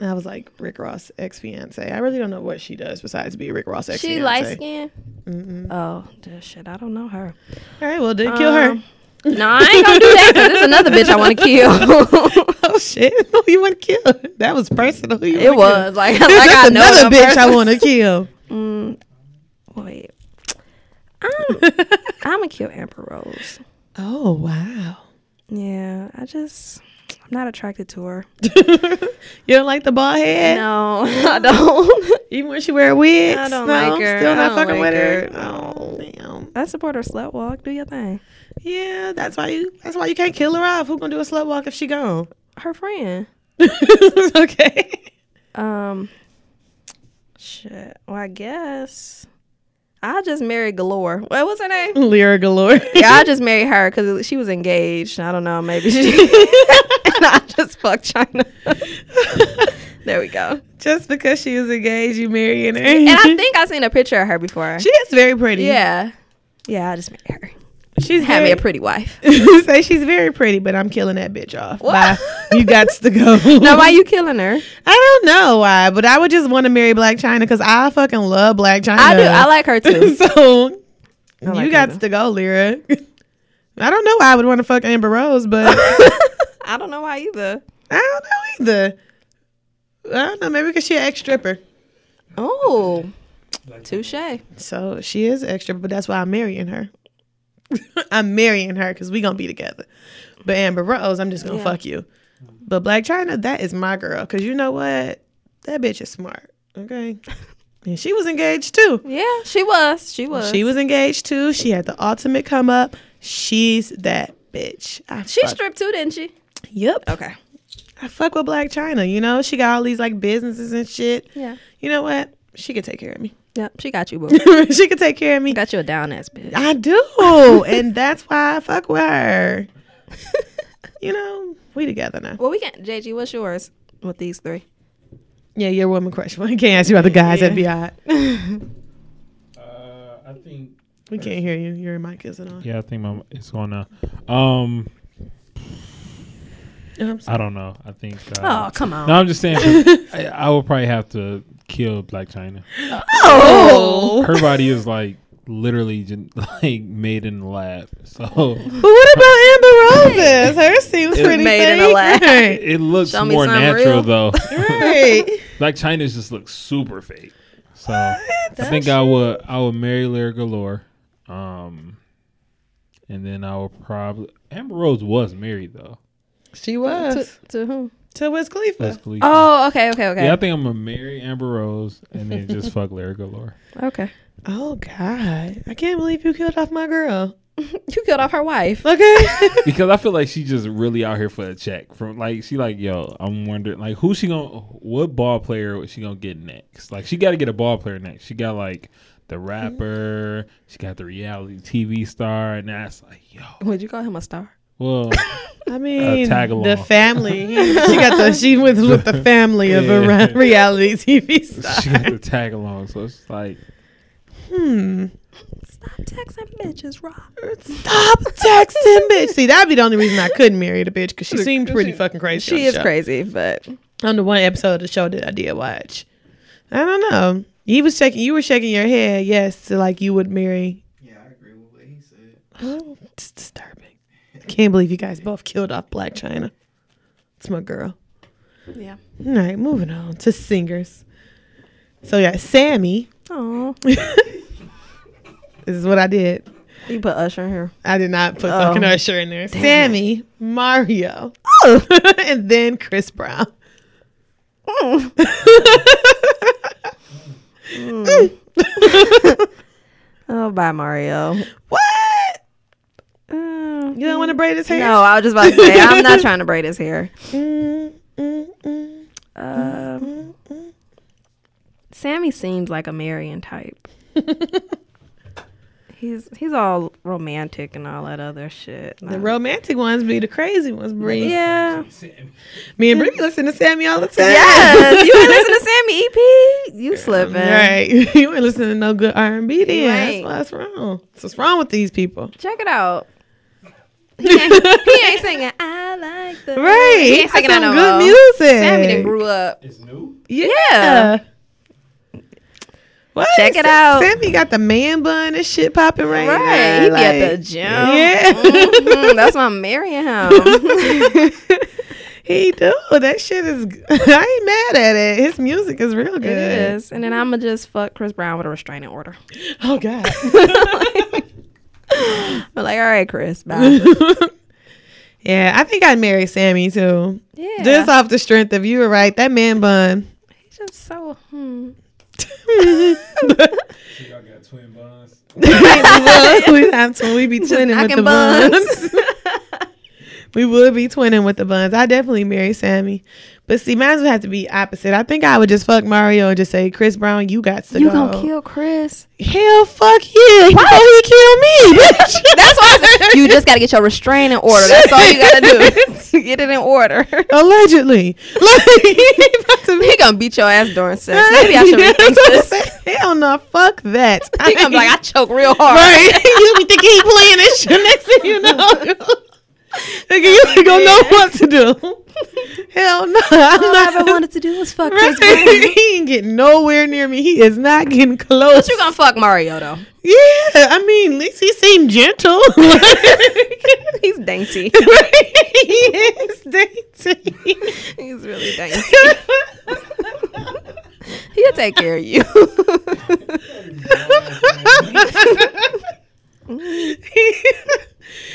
I was like Rick Ross ex fiance. I really don't know what she does besides be Rick Ross ex fiance. She light skin. Oh, duh, shit! I don't know her. All right, well, did kill her. Um, No, I ain't gonna do that because there's another bitch I want to kill. Oh shit! Who you want to kill? That was personal. Who you it wanna was like, like kill? I That's know another the bitch I person. want to kill. Wait, I'm, I'm gonna kill Amber Rose. Oh wow! Yeah, I just I'm not attracted to her. You don't like the bald head? No, I don't. Even when she wear wigs? I don't no, like her. Still I not don't fucking like with her. her. Oh damn. I support her slut walk. Do your thing. Yeah, that's why you. That's why you can't kill her off. Who gonna do a slut walk if she gone? Her friend. okay. Um, shit. Well, I guess I just married Galore. What was her name? Lyra galore. Yeah, I just married her because she was engaged. I don't know, maybe she. and I just fucked China. there we go. Just because she was engaged, you marrying her. And I think I've seen a picture of her before. she is very pretty. yeah, yeah. I just married her. she's Had me very, a pretty wife. pretty. say she's very pretty, but I'm killing that bitch off. What? Bye. You got to go. Now, why you killing her? I don't know why, but I would just want to marry Black China because I fucking love Black China. I do. I like her too. so like you her, got to go, Lyra. I don't know why I would want to fuck Amber Rose, but. I don't know why either. I don't know either. I don't know. Maybe because she's an ex stripper. Oh, touche. That's So she is extra, but that's why I'm marrying her. I'm marrying her because we gonna be together. But Amber Rose, I'm just gonna Yeah. fuck you. But Black China, that is my girl. Cause you know what? That bitch is smart. Okay. And she was engaged too. Yeah, she was. She was. She was engaged too. She had the ultimate come up. She's that bitch. I She fuck- stripped too, didn't she? Yep. Okay. I fuck with Black China. You know, she got all these like businesses and shit. Yeah. You know what? She could take care of me. Yep. She got you, boo. she could take care of me. got you a down ass bitch. I do, and that's why I fuck with her. you know, we together now. Well, we can't. JG, what's yours with these three? Yeah, you're a woman crush. We can't ask you about the guys. That'd be odd. Uh, I think. We can't hear you. Your mic isn't on. Yeah, I think my it's going to. Um, I'm sorry. I don't know. I think. Oh, Uh, come on. No, I'm just saying. 'cause I, I would probably have to kill Black China. Oh, Her body is like literally gen- like made in the lab. So but what about Amber Rose's? Hers seems pretty made in a fake. lab. Right. it looks Show me more something natural real. though. right. Black China's just looks super fake. So I think I would I would marry Lyra Galore. Um and then I would probably Amber Rose was married though. She To, was to whom? to Wiz Khalifa. That's Khalifa. Oh, okay, okay, okay. Yeah, I think I'm gonna marry Amber Rose and then just fuck Lyra Galore. Okay. Oh God, I can't believe you killed off my girl. You killed off her wife. Okay. Because I feel like she just really out here for a check. From like she like, yo, I'm wondering like who she gonna what ball player is she gonna get next? Like she gotta get a ball player next. She got like the rapper, she got the reality TV star, and that's like, yo, Would you call him a star? well, I mean, tag the along. family. He- she got the she was with the family of a Yeah. re- reality TV star. she got the tag along, so it's like, Hmm. Stop texting bitches, Roberts. Stop texting, bitch. See, that'd be the only reason I couldn't marry the bitch because she seemed pretty fucking crazy. on She the is show. crazy, but On the one episode of the show that I did watch, I don't know. He was shaking. You were shaking your head, yes, to like you would marry. Yeah, I agree with what he said. It's disturbing. I can't believe you guys both killed off Black China. It's my girl. yeah. All right, moving on to singers. So yeah, Sammy. Oh, This is what I did. you put Usher in here. I did not put fucking Oh. Usher in there. Sammy, Mario, Oh. and then Chris Brown. Mm. Oh, bye, Mario. What? Uh, You don't want to braid his hair? No, I was just about to say I'm not trying to braid his hair. Mm, Um, Sammy seems like a Marion type. he's he's all romantic and all that other shit. Nah. The romantic ones be the crazy ones, Bree. yeah. Me and Bree be listening to Sammy all the time. Yes, you ain't listen to Sammy EP. You slipping. Right. you ain't listening to no good R and B then. You That's ain't. why it's wrong. That's what's wrong with these people. Check it out. He ain't, he ain't singing. I like the Right. He He ain't singing got that some no more. good music. Sammy done grew up. It's new. Yeah. Yeah. What? Check it Sa- out. Sammy got the man bun and shit popping right now. Right. He be at the like- gym. Uh-huh. Yeah. Mhm, That's why I'm marrying him. He do. That shit is. g- I ain't mad at it. His music is real good. it is. And then I'm going to just fuck Chris Brown with a restraining order. Oh God. But like, all right, Chris, bye. yeah, I think I'd marry Sammy too. Yeah. Just off the strength of you were right. That man bun. He's just so, hmm. Y'all got twin bonds. we have to. We be twinning with knocking the buns. buns. we would be twinning with the buns. I definitely marry Sammy. But see, mine would have to be opposite. I think I would just fuck Mario and just say, Chris Brown, you got to You going go. to kill Chris? Hell, fuck you. You probably kill me, bitch. That's why I said, you just got to get your restraining order. That's all you got to do. get it in order. Allegedly. Like, he about to be- He gonna beat your ass during sex. Maybe I should rethink this. Hell no, fuck that. He gonna be like, I choke real hard. Right. you be thinking he playing this shit. Next thing you know, nigga, you ain't gonna know what to do. Hell no, I'm All I not. ever wanted to do was fuck Chris Brown. Right. he ain't getting nowhere near me. He is not getting close. But you gonna fuck Mario though. yeah, I mean, at least he seemed gentle. He's dainty. he is dainty. He's really dainty. He'll take care of you. he,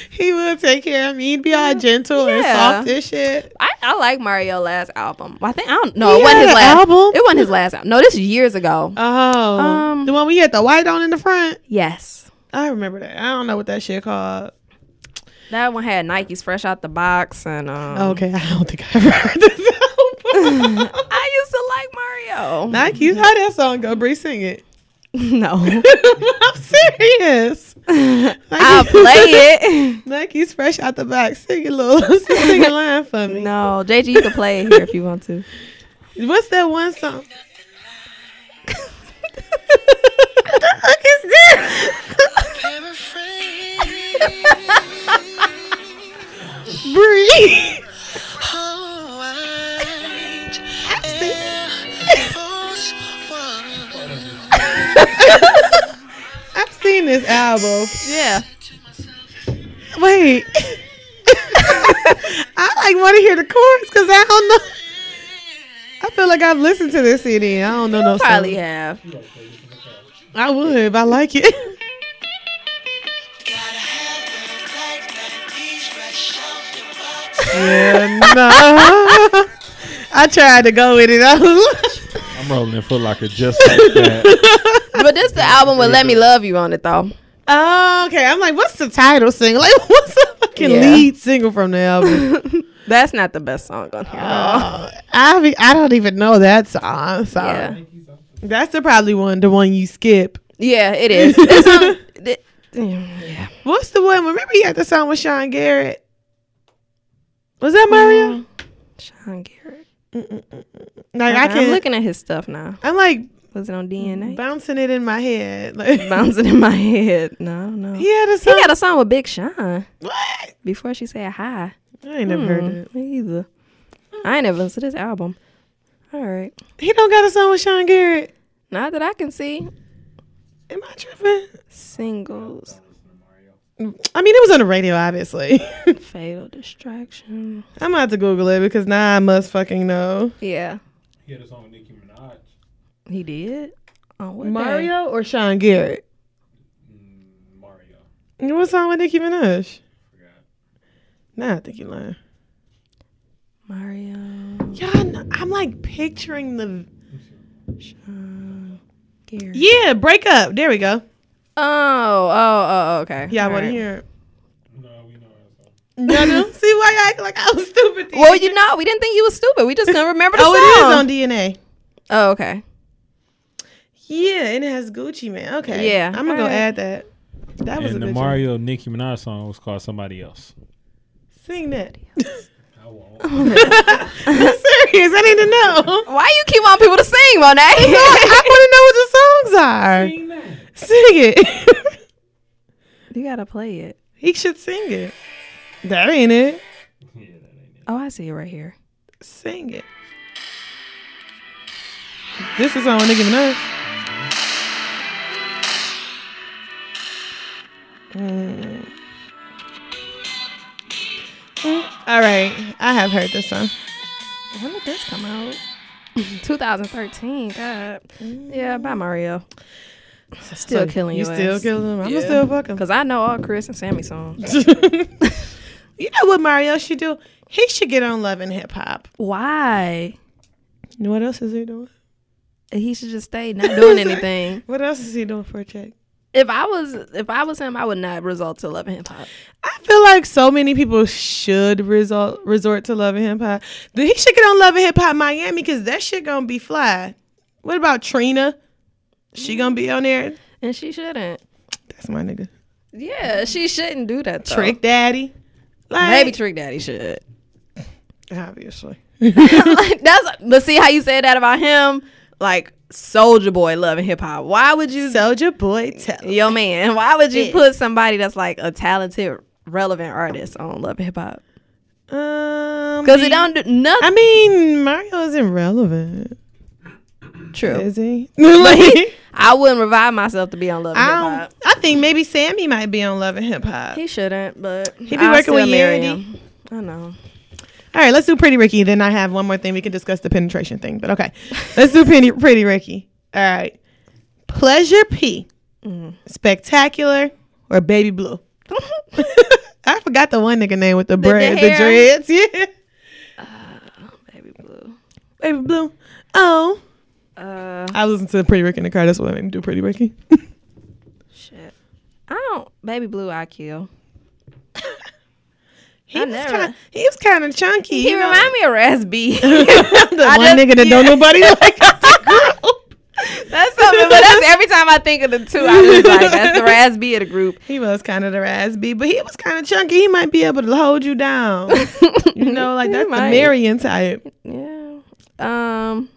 he will take care of me. He'd be all gentle and Yeah. soft and shit. I, I like Mario last album. I think I don't know. It He wasn't had his an last album? It wasn't his last album. No, this is years ago. Oh, Um, the one we had the white on in the front. yes. I remember that. I don't know what that shit called. That one had Nikes fresh out the box and um Okay, I don't think I ever heard this album. I used to like Mario. Nike, you how that song go? Bree, sing it. no. I'm serious. I'll play it. Nike's fresh out the back. Sing it, little. sing a line for me. No, JG, you can play it here if you want to. What's that one song? Bree. I've seen this album. Yeah. Wait. I like want to hear the chorus because I don't know. I feel like I've listened to this CD. and I don't know no Probably song. have. I would if I like it. yeah, no. I tried to go with it. I was like, I'm rolling in Foot Locker just like that. But this the album with Let Me Love You on it though. oh, okay. I'm like, what's the title single? Like, what's the fucking Yeah. lead single from the album? That's not the best song on here. Oh, I be- I don't even know that song. So Yeah. that's the probably one, the one you skip. Yeah, it is. It's on, it, What's the one? Remember you had the song with Sean Garrett. Was that Mm. Mario? Sean Garrett. Like I I can. am not looking at his stuff now. I'm like Was it on DNA? Bouncing it in my head. Like, Bouncing in my head. No, no. he had a He song. got a song with Big Sean what? before she said hi. I ain't never heard Hmm, it. Me either. I ain't never listened to this album. All right. He don't got a song with Sean Garrett. Not that I can see. Am I tripping? Singles. I mean, it was on the radio, obviously. Fatal Distraction. I'm about to Google it because now I must fucking know. Yeah. He had a song with Nicki Minaj. He did. On what day? Mario or Sean Garrett? Mario. What song with Nicki Minaj? Nah, I think you lying. Mario. Y'all, know, I'm like picturing the. Sean. Gary. Yeah, break up. There we go. Oh, oh, oh, okay. Yeah, I All want to right. hear. No, we know that song. it. Y'all know? See why y'all acting like I was stupid? then? Well, you know, we didn't think you was stupid. We just couldn't remember the oh, song. it is on DNA. oh, okay. Yeah, and it has Gucci man. Okay. Yeah. I'm gonna go Alright. add that. That was and a the good one. Mario Nicki Minaj song was called Somebody Else. Sing that. I won't. I'm serious. I need to know. Why you keep wanting people to sing, Monet? I want to know what the songs are. Sing it. you gotta play it. he should sing it. That ain't it. Oh, I see it right here. Sing it. This is on Nicki Minaj. Mm. Mm, All right, I have heard this song. When did this come out? 2013. God. Yeah, by Mario. Still killing you. your still ass. killing him. I'm Yeah. still fucking. Because I know all Chris and Sammy songs. you know what Mario should do? He should get on Love and Hip Hop. Why? What else is he doing? He should just stay not doing anything. What else is he doing for a check? If I was if I was him, I would not resort to loving hip hop. I feel like so many people should resort resort to Love and Hip Hop. Then He should get on Love and Hip Hop Miami because that shit gonna be fly. What about Trina? She gonna be on there. And she shouldn't. That's my nigga. Oh. Yeah, she shouldn't do that though. Trick Daddy. Like, Maybe Trick Daddy should. obviously. Like, That's but see how you said that about him? Like Soldier Boy loving hip hop. Why would you Soldier Boy tell. Yo, man, why would you Yeah. put somebody that's like a talented, relevant artist on Love and Hip Hop? Um, Because it don't do nothing. I mean, Mario isn't relevant, true. is he? he- I wouldn't revive myself to be on Love and Hip I Hop. don't, I think maybe Sammy might be on Love and Hip Hop. He shouldn't, but he be working with Yarity. I know. All right, let's do Pretty Ricky. Then I have one more thing we can discuss the penetration thing. But okay, let's do Pretty, pretty Ricky. All right, Pleasure P, Spectacular, or Baby Blue. I forgot the one nigga name with the, bread, the, hair. dreads. Yeah, Baby Blue. Baby Blue. Oh, Uh, I listen to Pretty Ricky in the car. That's what I made me do Pretty Ricky. shit. I don't. Baby Blue, I kill. He I was never- kind. He was kind of chunky. He you know? remind me of Ras B. the I just- one nigga that don't nobody like. that's something, but that's every time I think of the two, I just like that's the Ras B of the group. He was kind of the raspy, but he was kind of chunky. He might be able to hold you down. you know, like He that's the might. Marion type. Yeah. Um,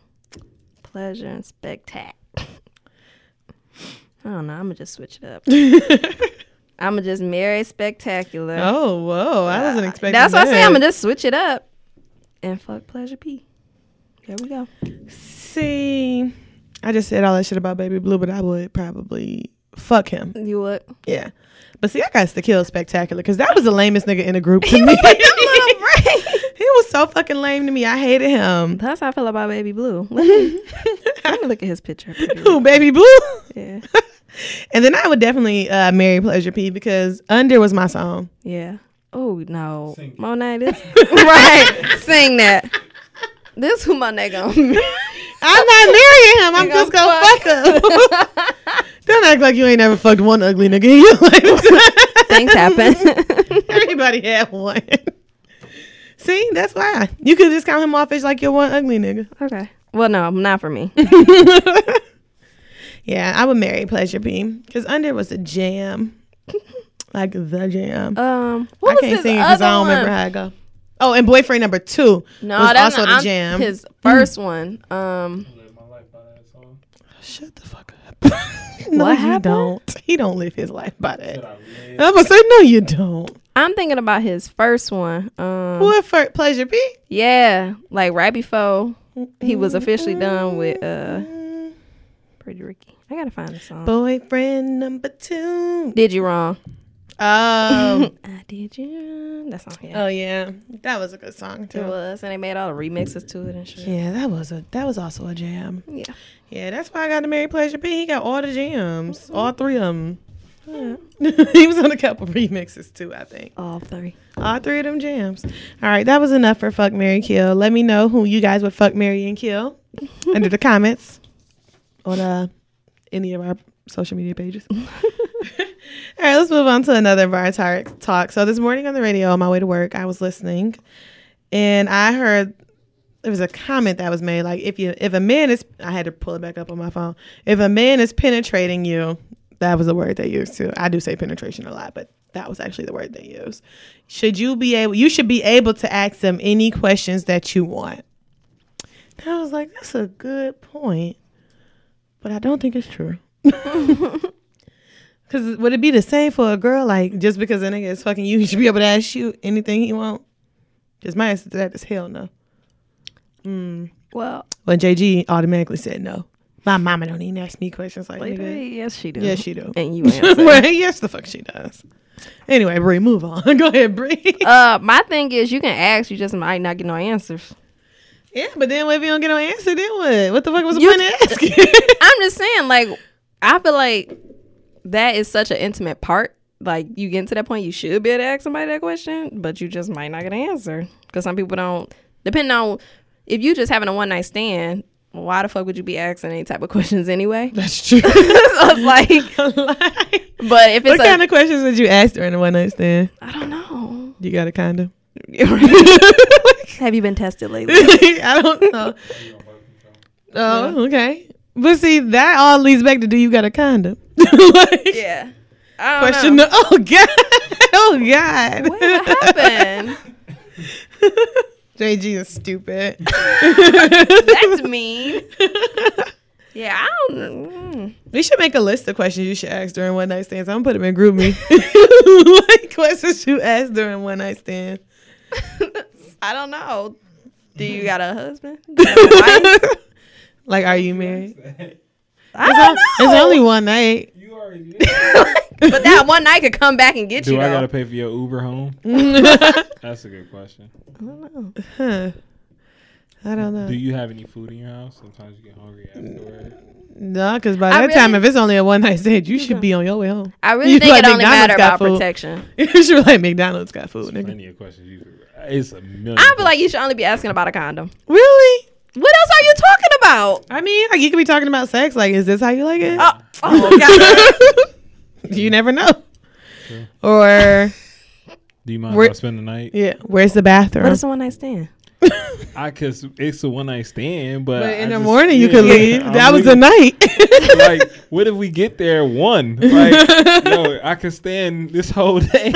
pleasure and spectac. I don't know. I'm gonna just switch it up. I'm gonna just marry spectacular. oh, whoa. I wasn't expecting That's what I say. that. I'm gonna just switch it up and fuck pleasure P. There we go. See, I just said all that shit about Baby Blue, but I would probably fuck him. You would. Yeah. But see, I got to kill Spectacular because that was the lamest nigga in the group to me. he was so fucking lame to me. I hated him. That's how I feel about Baby Blue. Let me, let me look at his picture. Who, Baby Blue? Yeah. And then I would definitely uh, marry Pleasure P because Under was my song. Yeah. Oh no, Monet. This right. Sing that. This who Monet gonna. I'm not marrying him. I'm You just gonna gonna fuck, him. Don't act like you ain't never fucked one ugly nigga in your life. Things happen. Everybody had one. See, that's why you could just count him off as like your one ugly nigga. Okay. Well, no, not for me. Yeah, I would marry Pleasure Beam because Under was a jam, like the jam. Um, I what was can't his sing it other because I don't one? remember how it go. Oh, and boyfriend number two No, was that's also not, the jam. His first one. Um, Live my life by that song. Shut the fuck up. no, What you happened? don't. He don't live his life by that. I'm gonna say no, you don't. I'm thinking about his first one. Um, What for pleasure be? Yeah, like right before he was officially done with uh, Mm, Pretty Ricky. I gotta find the song. Boyfriend number two. did you wrong? Oh, I did you? Wrong. That song. Yeah, oh yeah, that was a good song it too. was, and they made all the remixes to it and shit. Yeah, that was a that was also a jam. Yeah. Yeah, that's why I got to marry Pleasure P. He got all the jams, all three of them. he was on a couple remixes too, I think. All three. All three of them jams. All right, that was enough for fuck Mary Kill. Let me know who you guys would fuck Mary and Kill under the comments on uh any of our social media pages. All right, let's move on to another bar tar- talk. So this morning on the radio on my way to work, I was listening and I heard there was a comment that was made like if you if a man is I had to pull it back up on my phone. If a man is penetrating you, that was the word they used too. I do say penetration a lot, but that was actually the word they used. Should you be able you should be able to ask them any questions that you want. And I was like, that's a good point. But I don't think it's true. Cause would it be the same for a girl? Like just because a nigga is fucking you, he should be able to ask you anything he want. Cause my answer to that is hell no. Well, But JG automatically said no. My mama don't even ask me questions like like, that. yes, she do. Yes, she do. And you answer. right? Yes, the fuck she does. Anyway, Bree, move on. Go ahead, Bree. Uh, my thing is, you can ask, you just might not get no answers. yeah, but then what if you don't get no answer? Then what? What the fuck was the You- point of asking? I'm just saying, like, I feel like that is such an intimate part. Like, you get to that point, you should be able to ask somebody that question, but you just might not get an answer because some people don't. Depending on if you just having a one night stand, why the fuck would you be asking any type of questions anyway? That's true. so it's like, like, but if it's what a, kind of questions would you ask during a one night stand? I don't know. You got a condom? Have you been tested lately? I don't know. Oh, okay. But see, that all leads back to do you got a condom? like, yeah. I don't Question. know. no- oh God. Oh God. Wait, what happened? JG is stupid. That's mean. Yeah, I don't. mm. we should make a list of questions you should ask during one night stands. I'm gonna put them in group me. like questions you ask during one night stand. I don't know. Do you got a husband? Do you have a wife? like, are you married? I It's, on- don't it's know. only one night. You already but that one night could come back and get Do you. I though. gotta pay for your Uber home? That's a good question. Huh. I don't know. Do you have any food in your house? Sometimes you get hungry afterward. No, because by I that time, really- if it's only a one night stand, you should be on your way home. I really You think like it only McDonald's matter got about food. protection. you should be like McDonald's got food, nigga. Plenty of questions. You could- it's a million. I feel like you should only be asking about a condom. Really? What else are you talking about? I mean, like you could be talking about sex. Like, is this how you like it? Oh, oh God. you never know. Or Do you mind Where- if I spend the night? yeah, where's the bathroom? What is the one night stand? I cause it's a one night stand, but, But I in the just- morning, you yeah, could leave. I'm that was the looking- night. Like, what if we get there one? Like, yo, I can stand this whole day.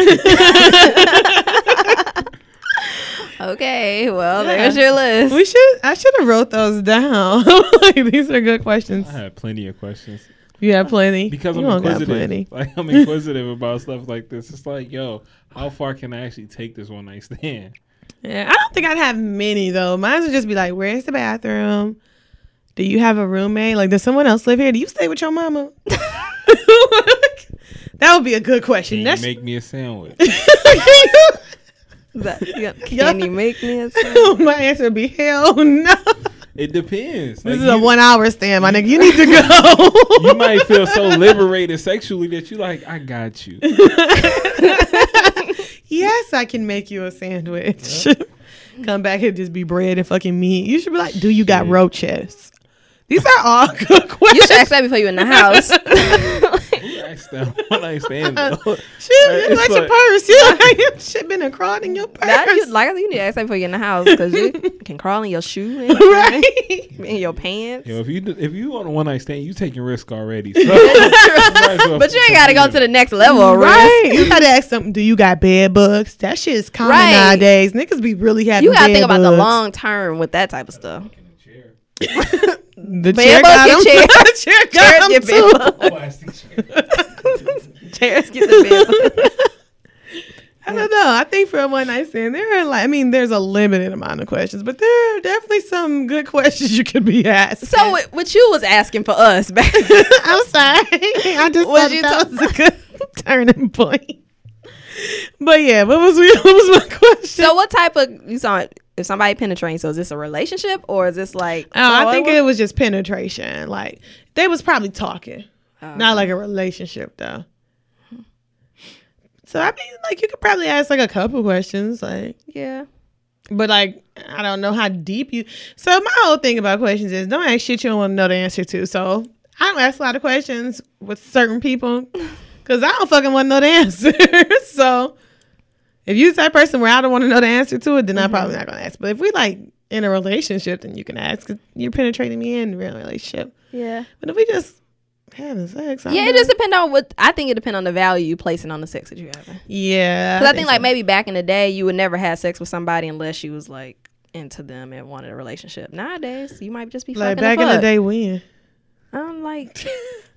Okay, well there's your list. we should. I should have wrote those down. like these are good questions. I had plenty of questions You have plenty. because you don't I'm got inquisitive. Like, I'm inquisitive about stuff like this. It's like, yo, how far can I actually take this one night stand? Yeah, I don't think I'd have many though. Mine would just be like, "Where's the bathroom? Do you have a roommate? Like, does someone else live here? Do you stay with your mama?" that would be a good question. Can That's you make me a sandwich? That- yeah, Can you make me a stand? my answer would be hell no. It This depends. Like, is a you- one-hour stand, my nigga. You need to go. You might feel so liberated sexually that you like, I got you. Yes, I can make you a sandwich. Come back and just be bread and fucking meat. You should be like, do you got Shit. roaches? These are all good questions. You should ask that before you in the house. Who asked that one night stand? though? Shit, you It's like your like- purse. You like, shit been crawling in your purse. That you, like I said, you need to ask that before you in the house because you can crawl in your shoe and right? in your pants. Yo, if you do- if you on a one night stand, you taking risk already. So, but But you ain't got to go to the next level, of risk. Right. You gotta ask something. Do you got bed bugs? That shit is common Right. nowadays. Niggas be really having You gotta bed think about the bugs. long term with that type of stuff. The But chair it was got your him. chair. the chair Chairs got him get too. big. Chairs get the big. I don't know. I think for a one night stand, there are like I mean, there's a limited amount of questions, but there are definitely some good questions you could be asked. So what- what you was asking for us back? I'm sorry. I just Was thought you that talk- was a good turning point. But yeah, what was we, what was my question? so what type of you saw? If somebody penetrates, so is this a relationship or is this like? Oh, I think it was just penetration. Like they was probably talking, Oh, not like a relationship though. So I mean, like you could probably ask like a couple questions, like, yeah. but like I don't know how deep you. So my whole thing about questions is don't ask shit you don't want to know the answer to. So I don't ask a lot of questions with certain people because I don't fucking want to know the answer. so if you that person where I don't want to know the answer to it, then Mm-hmm. I'm probably not gonna ask. But if we like in a relationship, then you can ask. 'cause you're penetrating me in a real relationship. Yeah. But if we just having sex, I Yeah, don't it just know. depend on what I think it depend on the value you placing on the sex that you having. yeah. Because I, think so. like maybe back in the day you would never have sex with somebody unless you was like into them and wanted a relationship. Nowadays you might just be like fucking back the in the fuck. day when. I'm like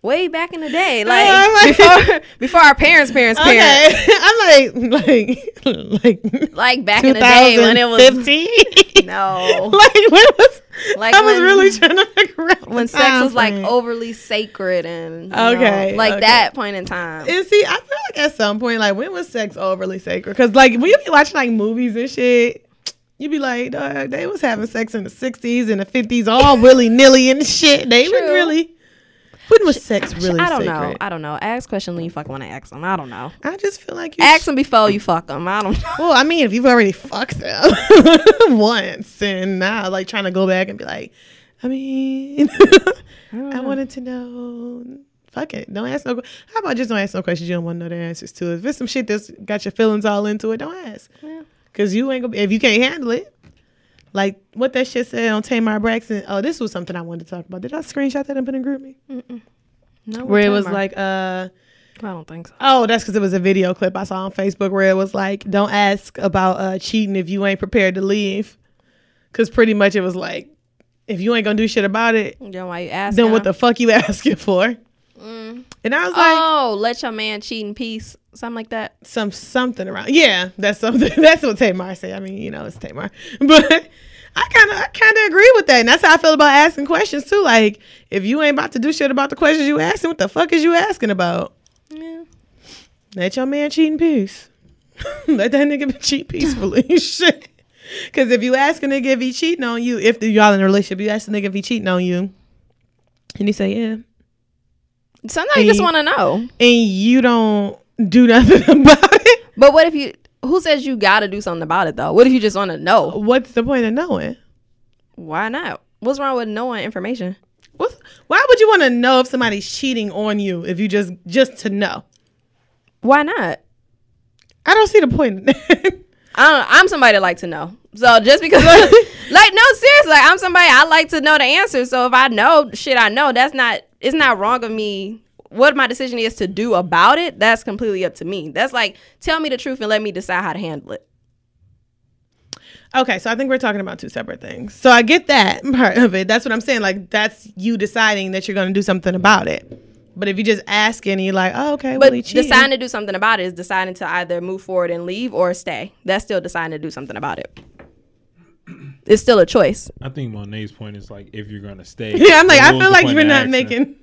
way back in the day, I'm like like- before before our parents' parents' parents. Oh Okay, I'm like like like Like back in the day when it was 2015. no, like when was Like I was when- really trying to figure out when the sex time was like frame. overly sacred and you know, Okay, like okay. that point in time. And see, I feel like at some point, like when was sex overly sacred? Because like when you be watching like movies and shit, you be like, Dog, they was having sex in the '60s and the '50s, all willy nilly and shit. They was True. really. When was sex really? I don't sacred? know. I don't know. Ask questions when you fucking want to ask them. I don't know. I just feel like you. Ask Ask them before you fuck them. I don't know. well, I mean, if you've already fucked them once, and now like trying to go back and be like, I mean, I, wanted to know. Fuck it. Don't ask no. que- How about just don't ask no questions you don't want to know the answers to. If it's some shit that's got your feelings all into it, don't ask. Cause you ain't gonna. If you can't handle it, like what that shit said on Tamar Braxton. Oh, this was something I wanted to talk about. Did I screenshot that and put in group me? No, Where it was timer. like, uh. I don't think so. Oh, that's because it was a video clip I saw on Facebook where it was like, "Don't ask about uh, cheating if you ain't prepared to leave," because pretty much it was like, if you ain't gonna do shit about it, Then why you ask? then what the fuck you asking for? And I was like, oh, let your man cheat in peace, something like that. some something around. Yeah, that's something. That's what Tamar said. I mean, you know, it's Tamar, but. I kind of, I kind of agree with that, and that's how I feel about asking questions too. Like, if you ain't about to do shit about the questions you asking, what the fuck is you asking about? Yeah. Let your man cheat in peace. Let that nigga cheat peacefully. Shit. Cause if you ask a nigga if he cheating on you, if y'all in a relationship, you ask the nigga if he cheating on you, and he say yeah, Sometimes you just Hey. want to know. and you don't do nothing about it, But what if you? Who says you got to do something about it though? What if you just want to know? what's the point of knowing? Why not? What's wrong with knowing information? What's, why would you want to know if somebody's cheating on you if you just just to know? Why not? I don't see the point. in that. I don't, I'm somebody that like to know. So just because, like, no, seriously, like, I'm somebody I like to know the answer. So if I know shit, I know that's not. It's not wrong of me. What my decision is to do about it, that's completely up to me. That's like, tell me the truth and let me decide how to handle it. Okay, so I think we're talking about two separate things. So I get that part of it. That's what I'm saying. Like that's you deciding that you're going to do something about it. But if you just ask and you're like, oh, okay, But well, he cheated. deciding to do something about it is deciding to either move forward and leave or stay. That's still deciding to do something about it. It's still a choice. I think Monet's point is like if you're gonna stay. yeah, I'm like, I then what was feel the like point you're in not asking? making.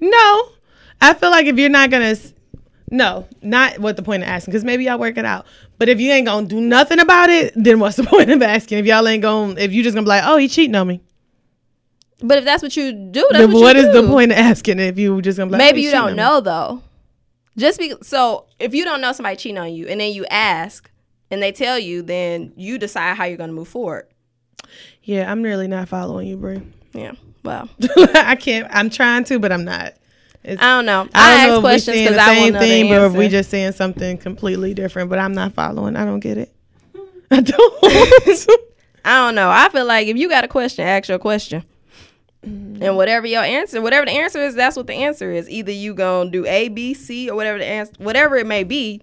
No, I feel like if you're not gonna, s- no, not what the point of asking, because maybe y'all work it out. But if you ain't gonna do nothing about it, then what's the point of asking? If y'all ain't gonna, if you just gonna be like, oh, he cheating on me, But if that's what you do, that's then what, what you is do. the point of asking if you just gonna be like, oh, Maybe he you cheating don't on me? know though. Just be so if you don't know somebody cheating on you and then you ask and they tell you, then you decide how you're gonna move forward. Yeah, I'm really not following you, Brie. Yeah. Well, I can't. I'm trying to, but I'm not. It's, I don't know. I I, ask don't know if we're questions saying because the I want same to know thing, the but if answer. we just saying something completely different, but I'm not following. I don't get it. I don't. I don't know. I feel like if you got a question, ask your question. And whatever your answer, whatever the answer is, that's what the answer is. Either you gonna do A, B, C, or whatever the answer, whatever it may be,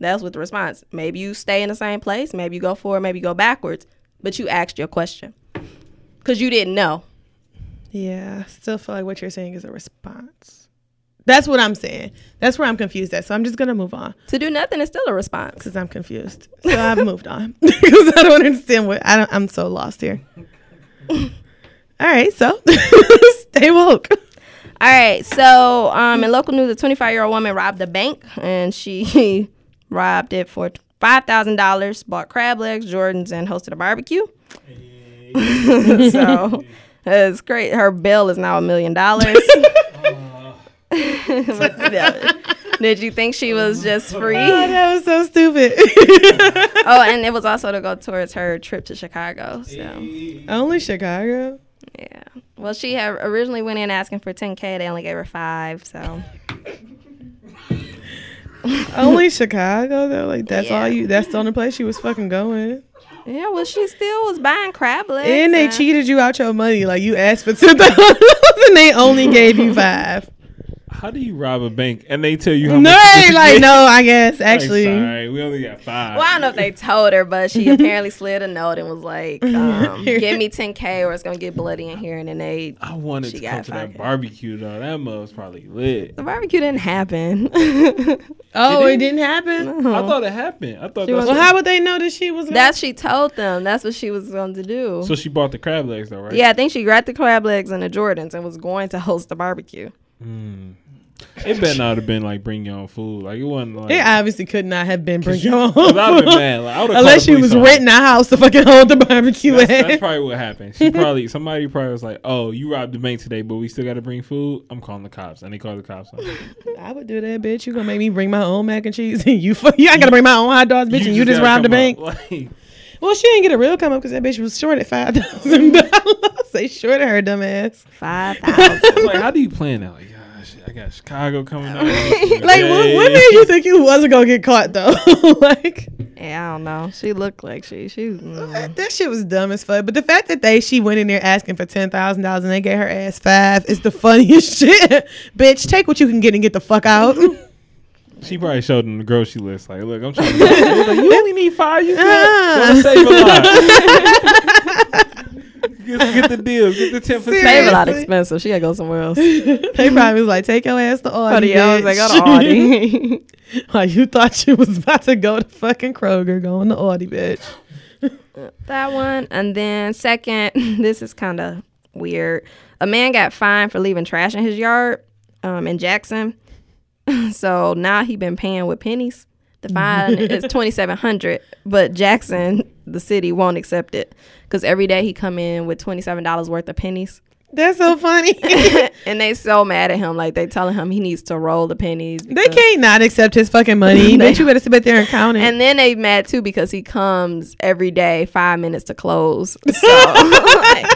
that's what the response. Maybe you stay in the same place, maybe you go forward, maybe you go backwards, but you asked your question because you didn't know. Yeah, I still feel like what you're saying is a response. That's what I'm saying. That's where I'm confused at. So I'm just gonna move on To do nothing is still a response. because I'm confused. So I've moved on because I don't understand what I don't, I'm so lost here. All right, so stay woke. All right, so um, in local news, a 25 year old woman robbed a bank and she robbed it for $5,000, bought crab legs, Jordans, and hosted a barbecue. so it's great. Her bill is now a million dollars. Did you think she was just free? That was so stupid. Oh, and it was also to go towards her trip to Chicago. So, Only Chicago. yeah. Well, she had originally went in asking for 10K. They only gave her five. So, Only Chicago though. Like that's Yeah. all you. That's the only place she was fucking going. yeah, well, she still was buying crab legs. And they and- cheated you out your money. Like you asked for ten thousand and they only gave you five. How do you rob a bank and they tell you how No, much? they like no. I guess actually. Like, sorry, we only got five. Well, I don't know if they told her, but she apparently slid a note and was like, um, "Give me 10k, or it's gonna get bloody in here." And then they I wanted She to come got to that five. barbecue though. That mug was probably lit. the barbecue didn't happen. that Oh, Did it it? didn't happen. I thought it happened. I thought that's Well, how would they know that she was? Gonna- she told them. That's what she was going to do. so she bought the crab legs though, right? yeah, I think she grabbed the crab legs and the Jordans and was going to host the barbecue. It better not have been like bring your own food. Like it wasn't like. they obviously could not have been bring you Cause I'd have been home. mad. Like, I would've called Unless the she police was on her. renting a house to fucking hold the barbecue That's, at. that's probably what happened. She probably somebody probably was like, "Oh, you robbed the bank today, but we still got to bring food." I'm calling the cops, and they called the cops. on her. I would do that, bitch. You gonna make me bring my own mac and cheese? And you, fuck, you ain't gotta bring my own hot dogs, bitch. and you just gotta robbed the come bank. up. Like, Well, she didn't get a real come up because that bitch was short at five thousand dollars. They shorted her dumb ass. Five thousand. like, how do you plan that? Like, "Ah, shit, I got Chicago coming up. Like, what, what made you think you wasn't gonna get caught though? like, yeah, I don't know. She looked like she she. mm. that shit was dumb as fuck. But the fact that they she went in there asking for ten thousand dollars and they gave her ass five is the funniest shit. bitch, take what you can get and get the fuck out. She probably showed them the grocery list. Like, look, I'm trying. to like, you only need five. You Ah. Uh. got to save a lot. get, get the deal. Get the ten percent. Save a lot Seriously? expensive. She gotta go somewhere else. they probably was like, take your ass to Audi. Audi, I was like, bitch. go to Audi. like you thought you was about to go to fucking Kroger, going to Audi, bitch. That one. And then, second, this is kind of weird. A man got fined for leaving trash in his yard um, in Jackson. so now he been paying with pennies. The fine is 2700 but Jackson, the city, won't accept it because every day he come in with $27 worth of pennies. That's so funny. and they so mad at him. Like, they telling him he needs to roll the pennies. They can't not accept his fucking money. They- Bitch, you better sit back there and count it. And then they mad too because he comes every day five minutes to close. So, like,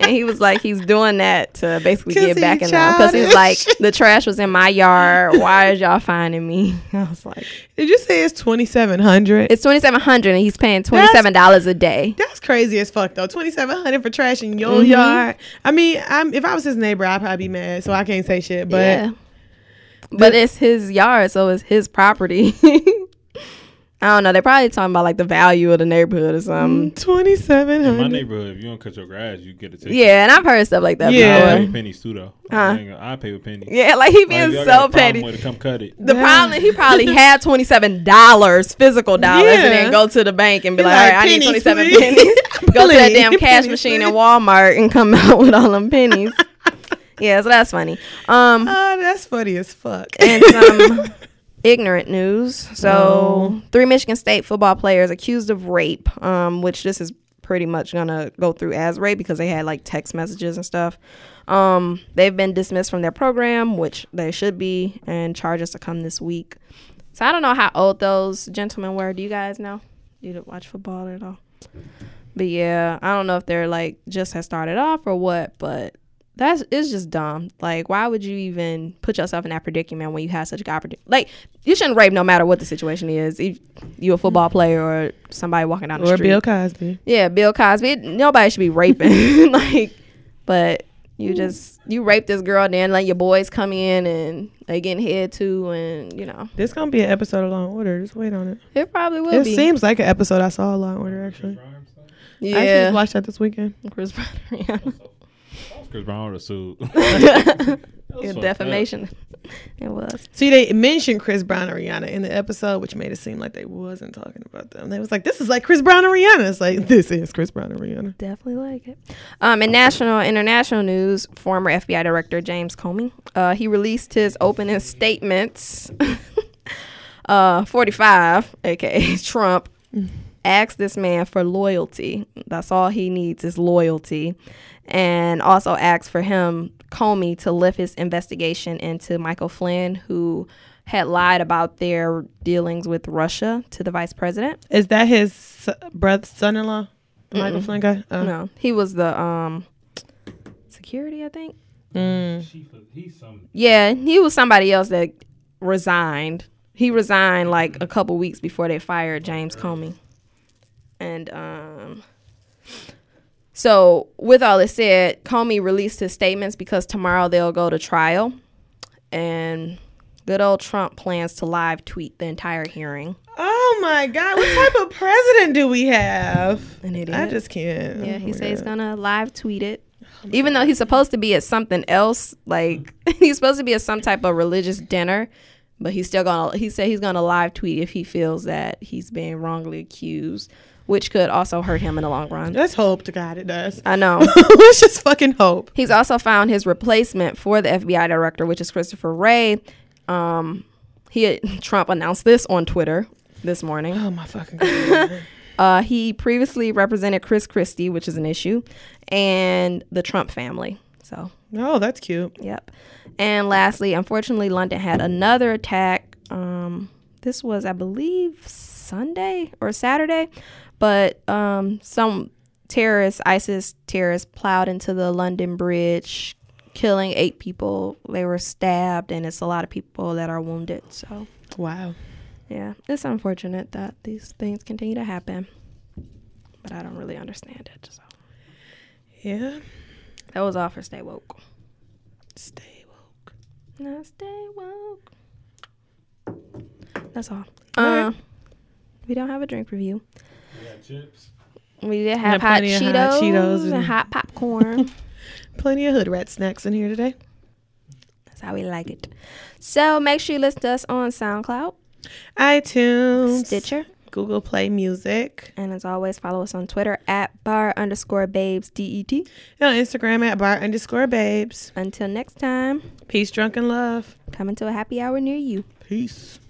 and he was like, he's doing that to basically 'Cause get back he in love because he's like, childish. the trash was in my yard. Why is y'all finding me? I was like, Did you say it's twenty seven hundred? it's twenty seven hundred and he's paying twenty seven dollars a day. That's crazy as fuck though. Twenty seven hundred for trash in your Mm-hmm. yard. I mean, I'm, if I was his neighbor, I'd probably be mad. So I can't say shit. But yeah, but it's his yard, so it's his property. I don't know. They're probably talking about like the value of the neighborhood or something. twenty seven In my hundred. neighborhood, if you don't cut your grass, you get a ticket. Yeah, and I've heard stuff like that Yeah. I before. pay with pennies too though. I ain't gonna- I pay with pennies. Yeah, like he Like, being if y'all got a so problem petty. with it, come cut it. The problem he probably had twenty seven dollars, physical dollars, and Yeah. then go to the bank and be Be like, like, "All right, I need twenty "Pennies, seven please." pennies." go to that Please, damn cash pennies, machine please. in Walmart and come out with all them pennies. yeah, so that's funny. Um, Oh, that's funny as fuck. and some ignorant news. So, three Michigan State football players accused of rape, um, which this is pretty much gonna go through as rape because they had like text messages and stuff. Um, they've been dismissed from their program, which they should be, and charges to come this week. So I don't know how old those gentlemen were. Do you guys know? You don't watch football at all? But yeah, I don't know if they're like just had started off or what, but that's it's just dumb. Like, why would you even put yourself in that predicament when you have such a good opportunity? Like, you shouldn't rape no matter what the situation is. If you a football player or somebody walking down the or street, Bill Cosby. yeah, Bill Cosby. It- Nobody should be raping. like, but you just you rape this girl, then let your boys come in and they getting head too, and you know This gonna be an episode of Law and Order. Just wait on it. it probably will it be. seems like an episode I saw of Law and Order actually. I actually yeah, just watched that this weekend. Chris Brown. yeah. Chris Brown would have sued. It's fucked defamation. it was. See, they mentioned Chris Brown and Rihanna in the episode, which made it seem like they wasn't talking about them. They was like, "This is like Chris Brown and Rihanna." It's like this is Chris Brown and Rihanna. Definitely like it. Um, in national international news, former FBI Director James Comey, uh, he released his opening statements. uh, 45, aka Trump, asked this man for loyalty. That's all he needs is loyalty, and also asked for him Comey to lift his investigation into Michael Flynn, who had lied about their dealings with Russia to the vice president. Is that his brother, son-in-law, Michael Flynn guy? Uh, No, he was the um security, I think. Yeah, he was somebody else that resigned. He resigned like a couple weeks before they fired James Comey. And um so with all this said, Comey released his statements because tomorrow they'll go to trial and good old Trump plans to live tweet the entire hearing. Oh my God! What type of president do we have? An idiot. I just can't. Yeah, Oh he my said he's God. gonna live tweet it. Even though he's supposed to be at something else, like he's supposed to be at some type of religious dinner, but he's still gonna. He said he's gonna live tweet if he feels that he's being wrongly accused, which could also hurt him in the long run. Let's hope to God it does. I know. Let's just fucking hope. He's also found his replacement for the FBI director, which is Christopher Wray. Um, he had, Trump announced this on Twitter this morning. Oh my fucking God. Uh, he previously represented Chris Christie, which is an issue, and the Trump family. So, oh, that's cute. yep. And lastly, unfortunately, London had another attack. Um, this was, I believe, Sunday or Saturday, but um, some terrorists, ISIS terrorists, plowed into the London Bridge, killing eight people. They were stabbed, and it's a lot of people that are wounded. So, Wow. yeah, it's unfortunate that these things continue to happen, but I don't really understand it. So Yeah. that was all for Stay Woke. Stay woke. No, Stay Woke. That's all. Uh, we don't have a drink review. We did have hot plenty of Cheetos, hot Cheetos and, and- hot popcorn. Plenty of hood rat snacks in here today. That's how we like it. So make sure you listen to us on SoundCloud, iTunes, Stitcher, Google Play Music, and as always, follow us on Twitter at bar underscore babes E det. and on Instagram at bar underscore babes. Until next time, Peace, drunk, and love. coming to a happy hour near you. Peace.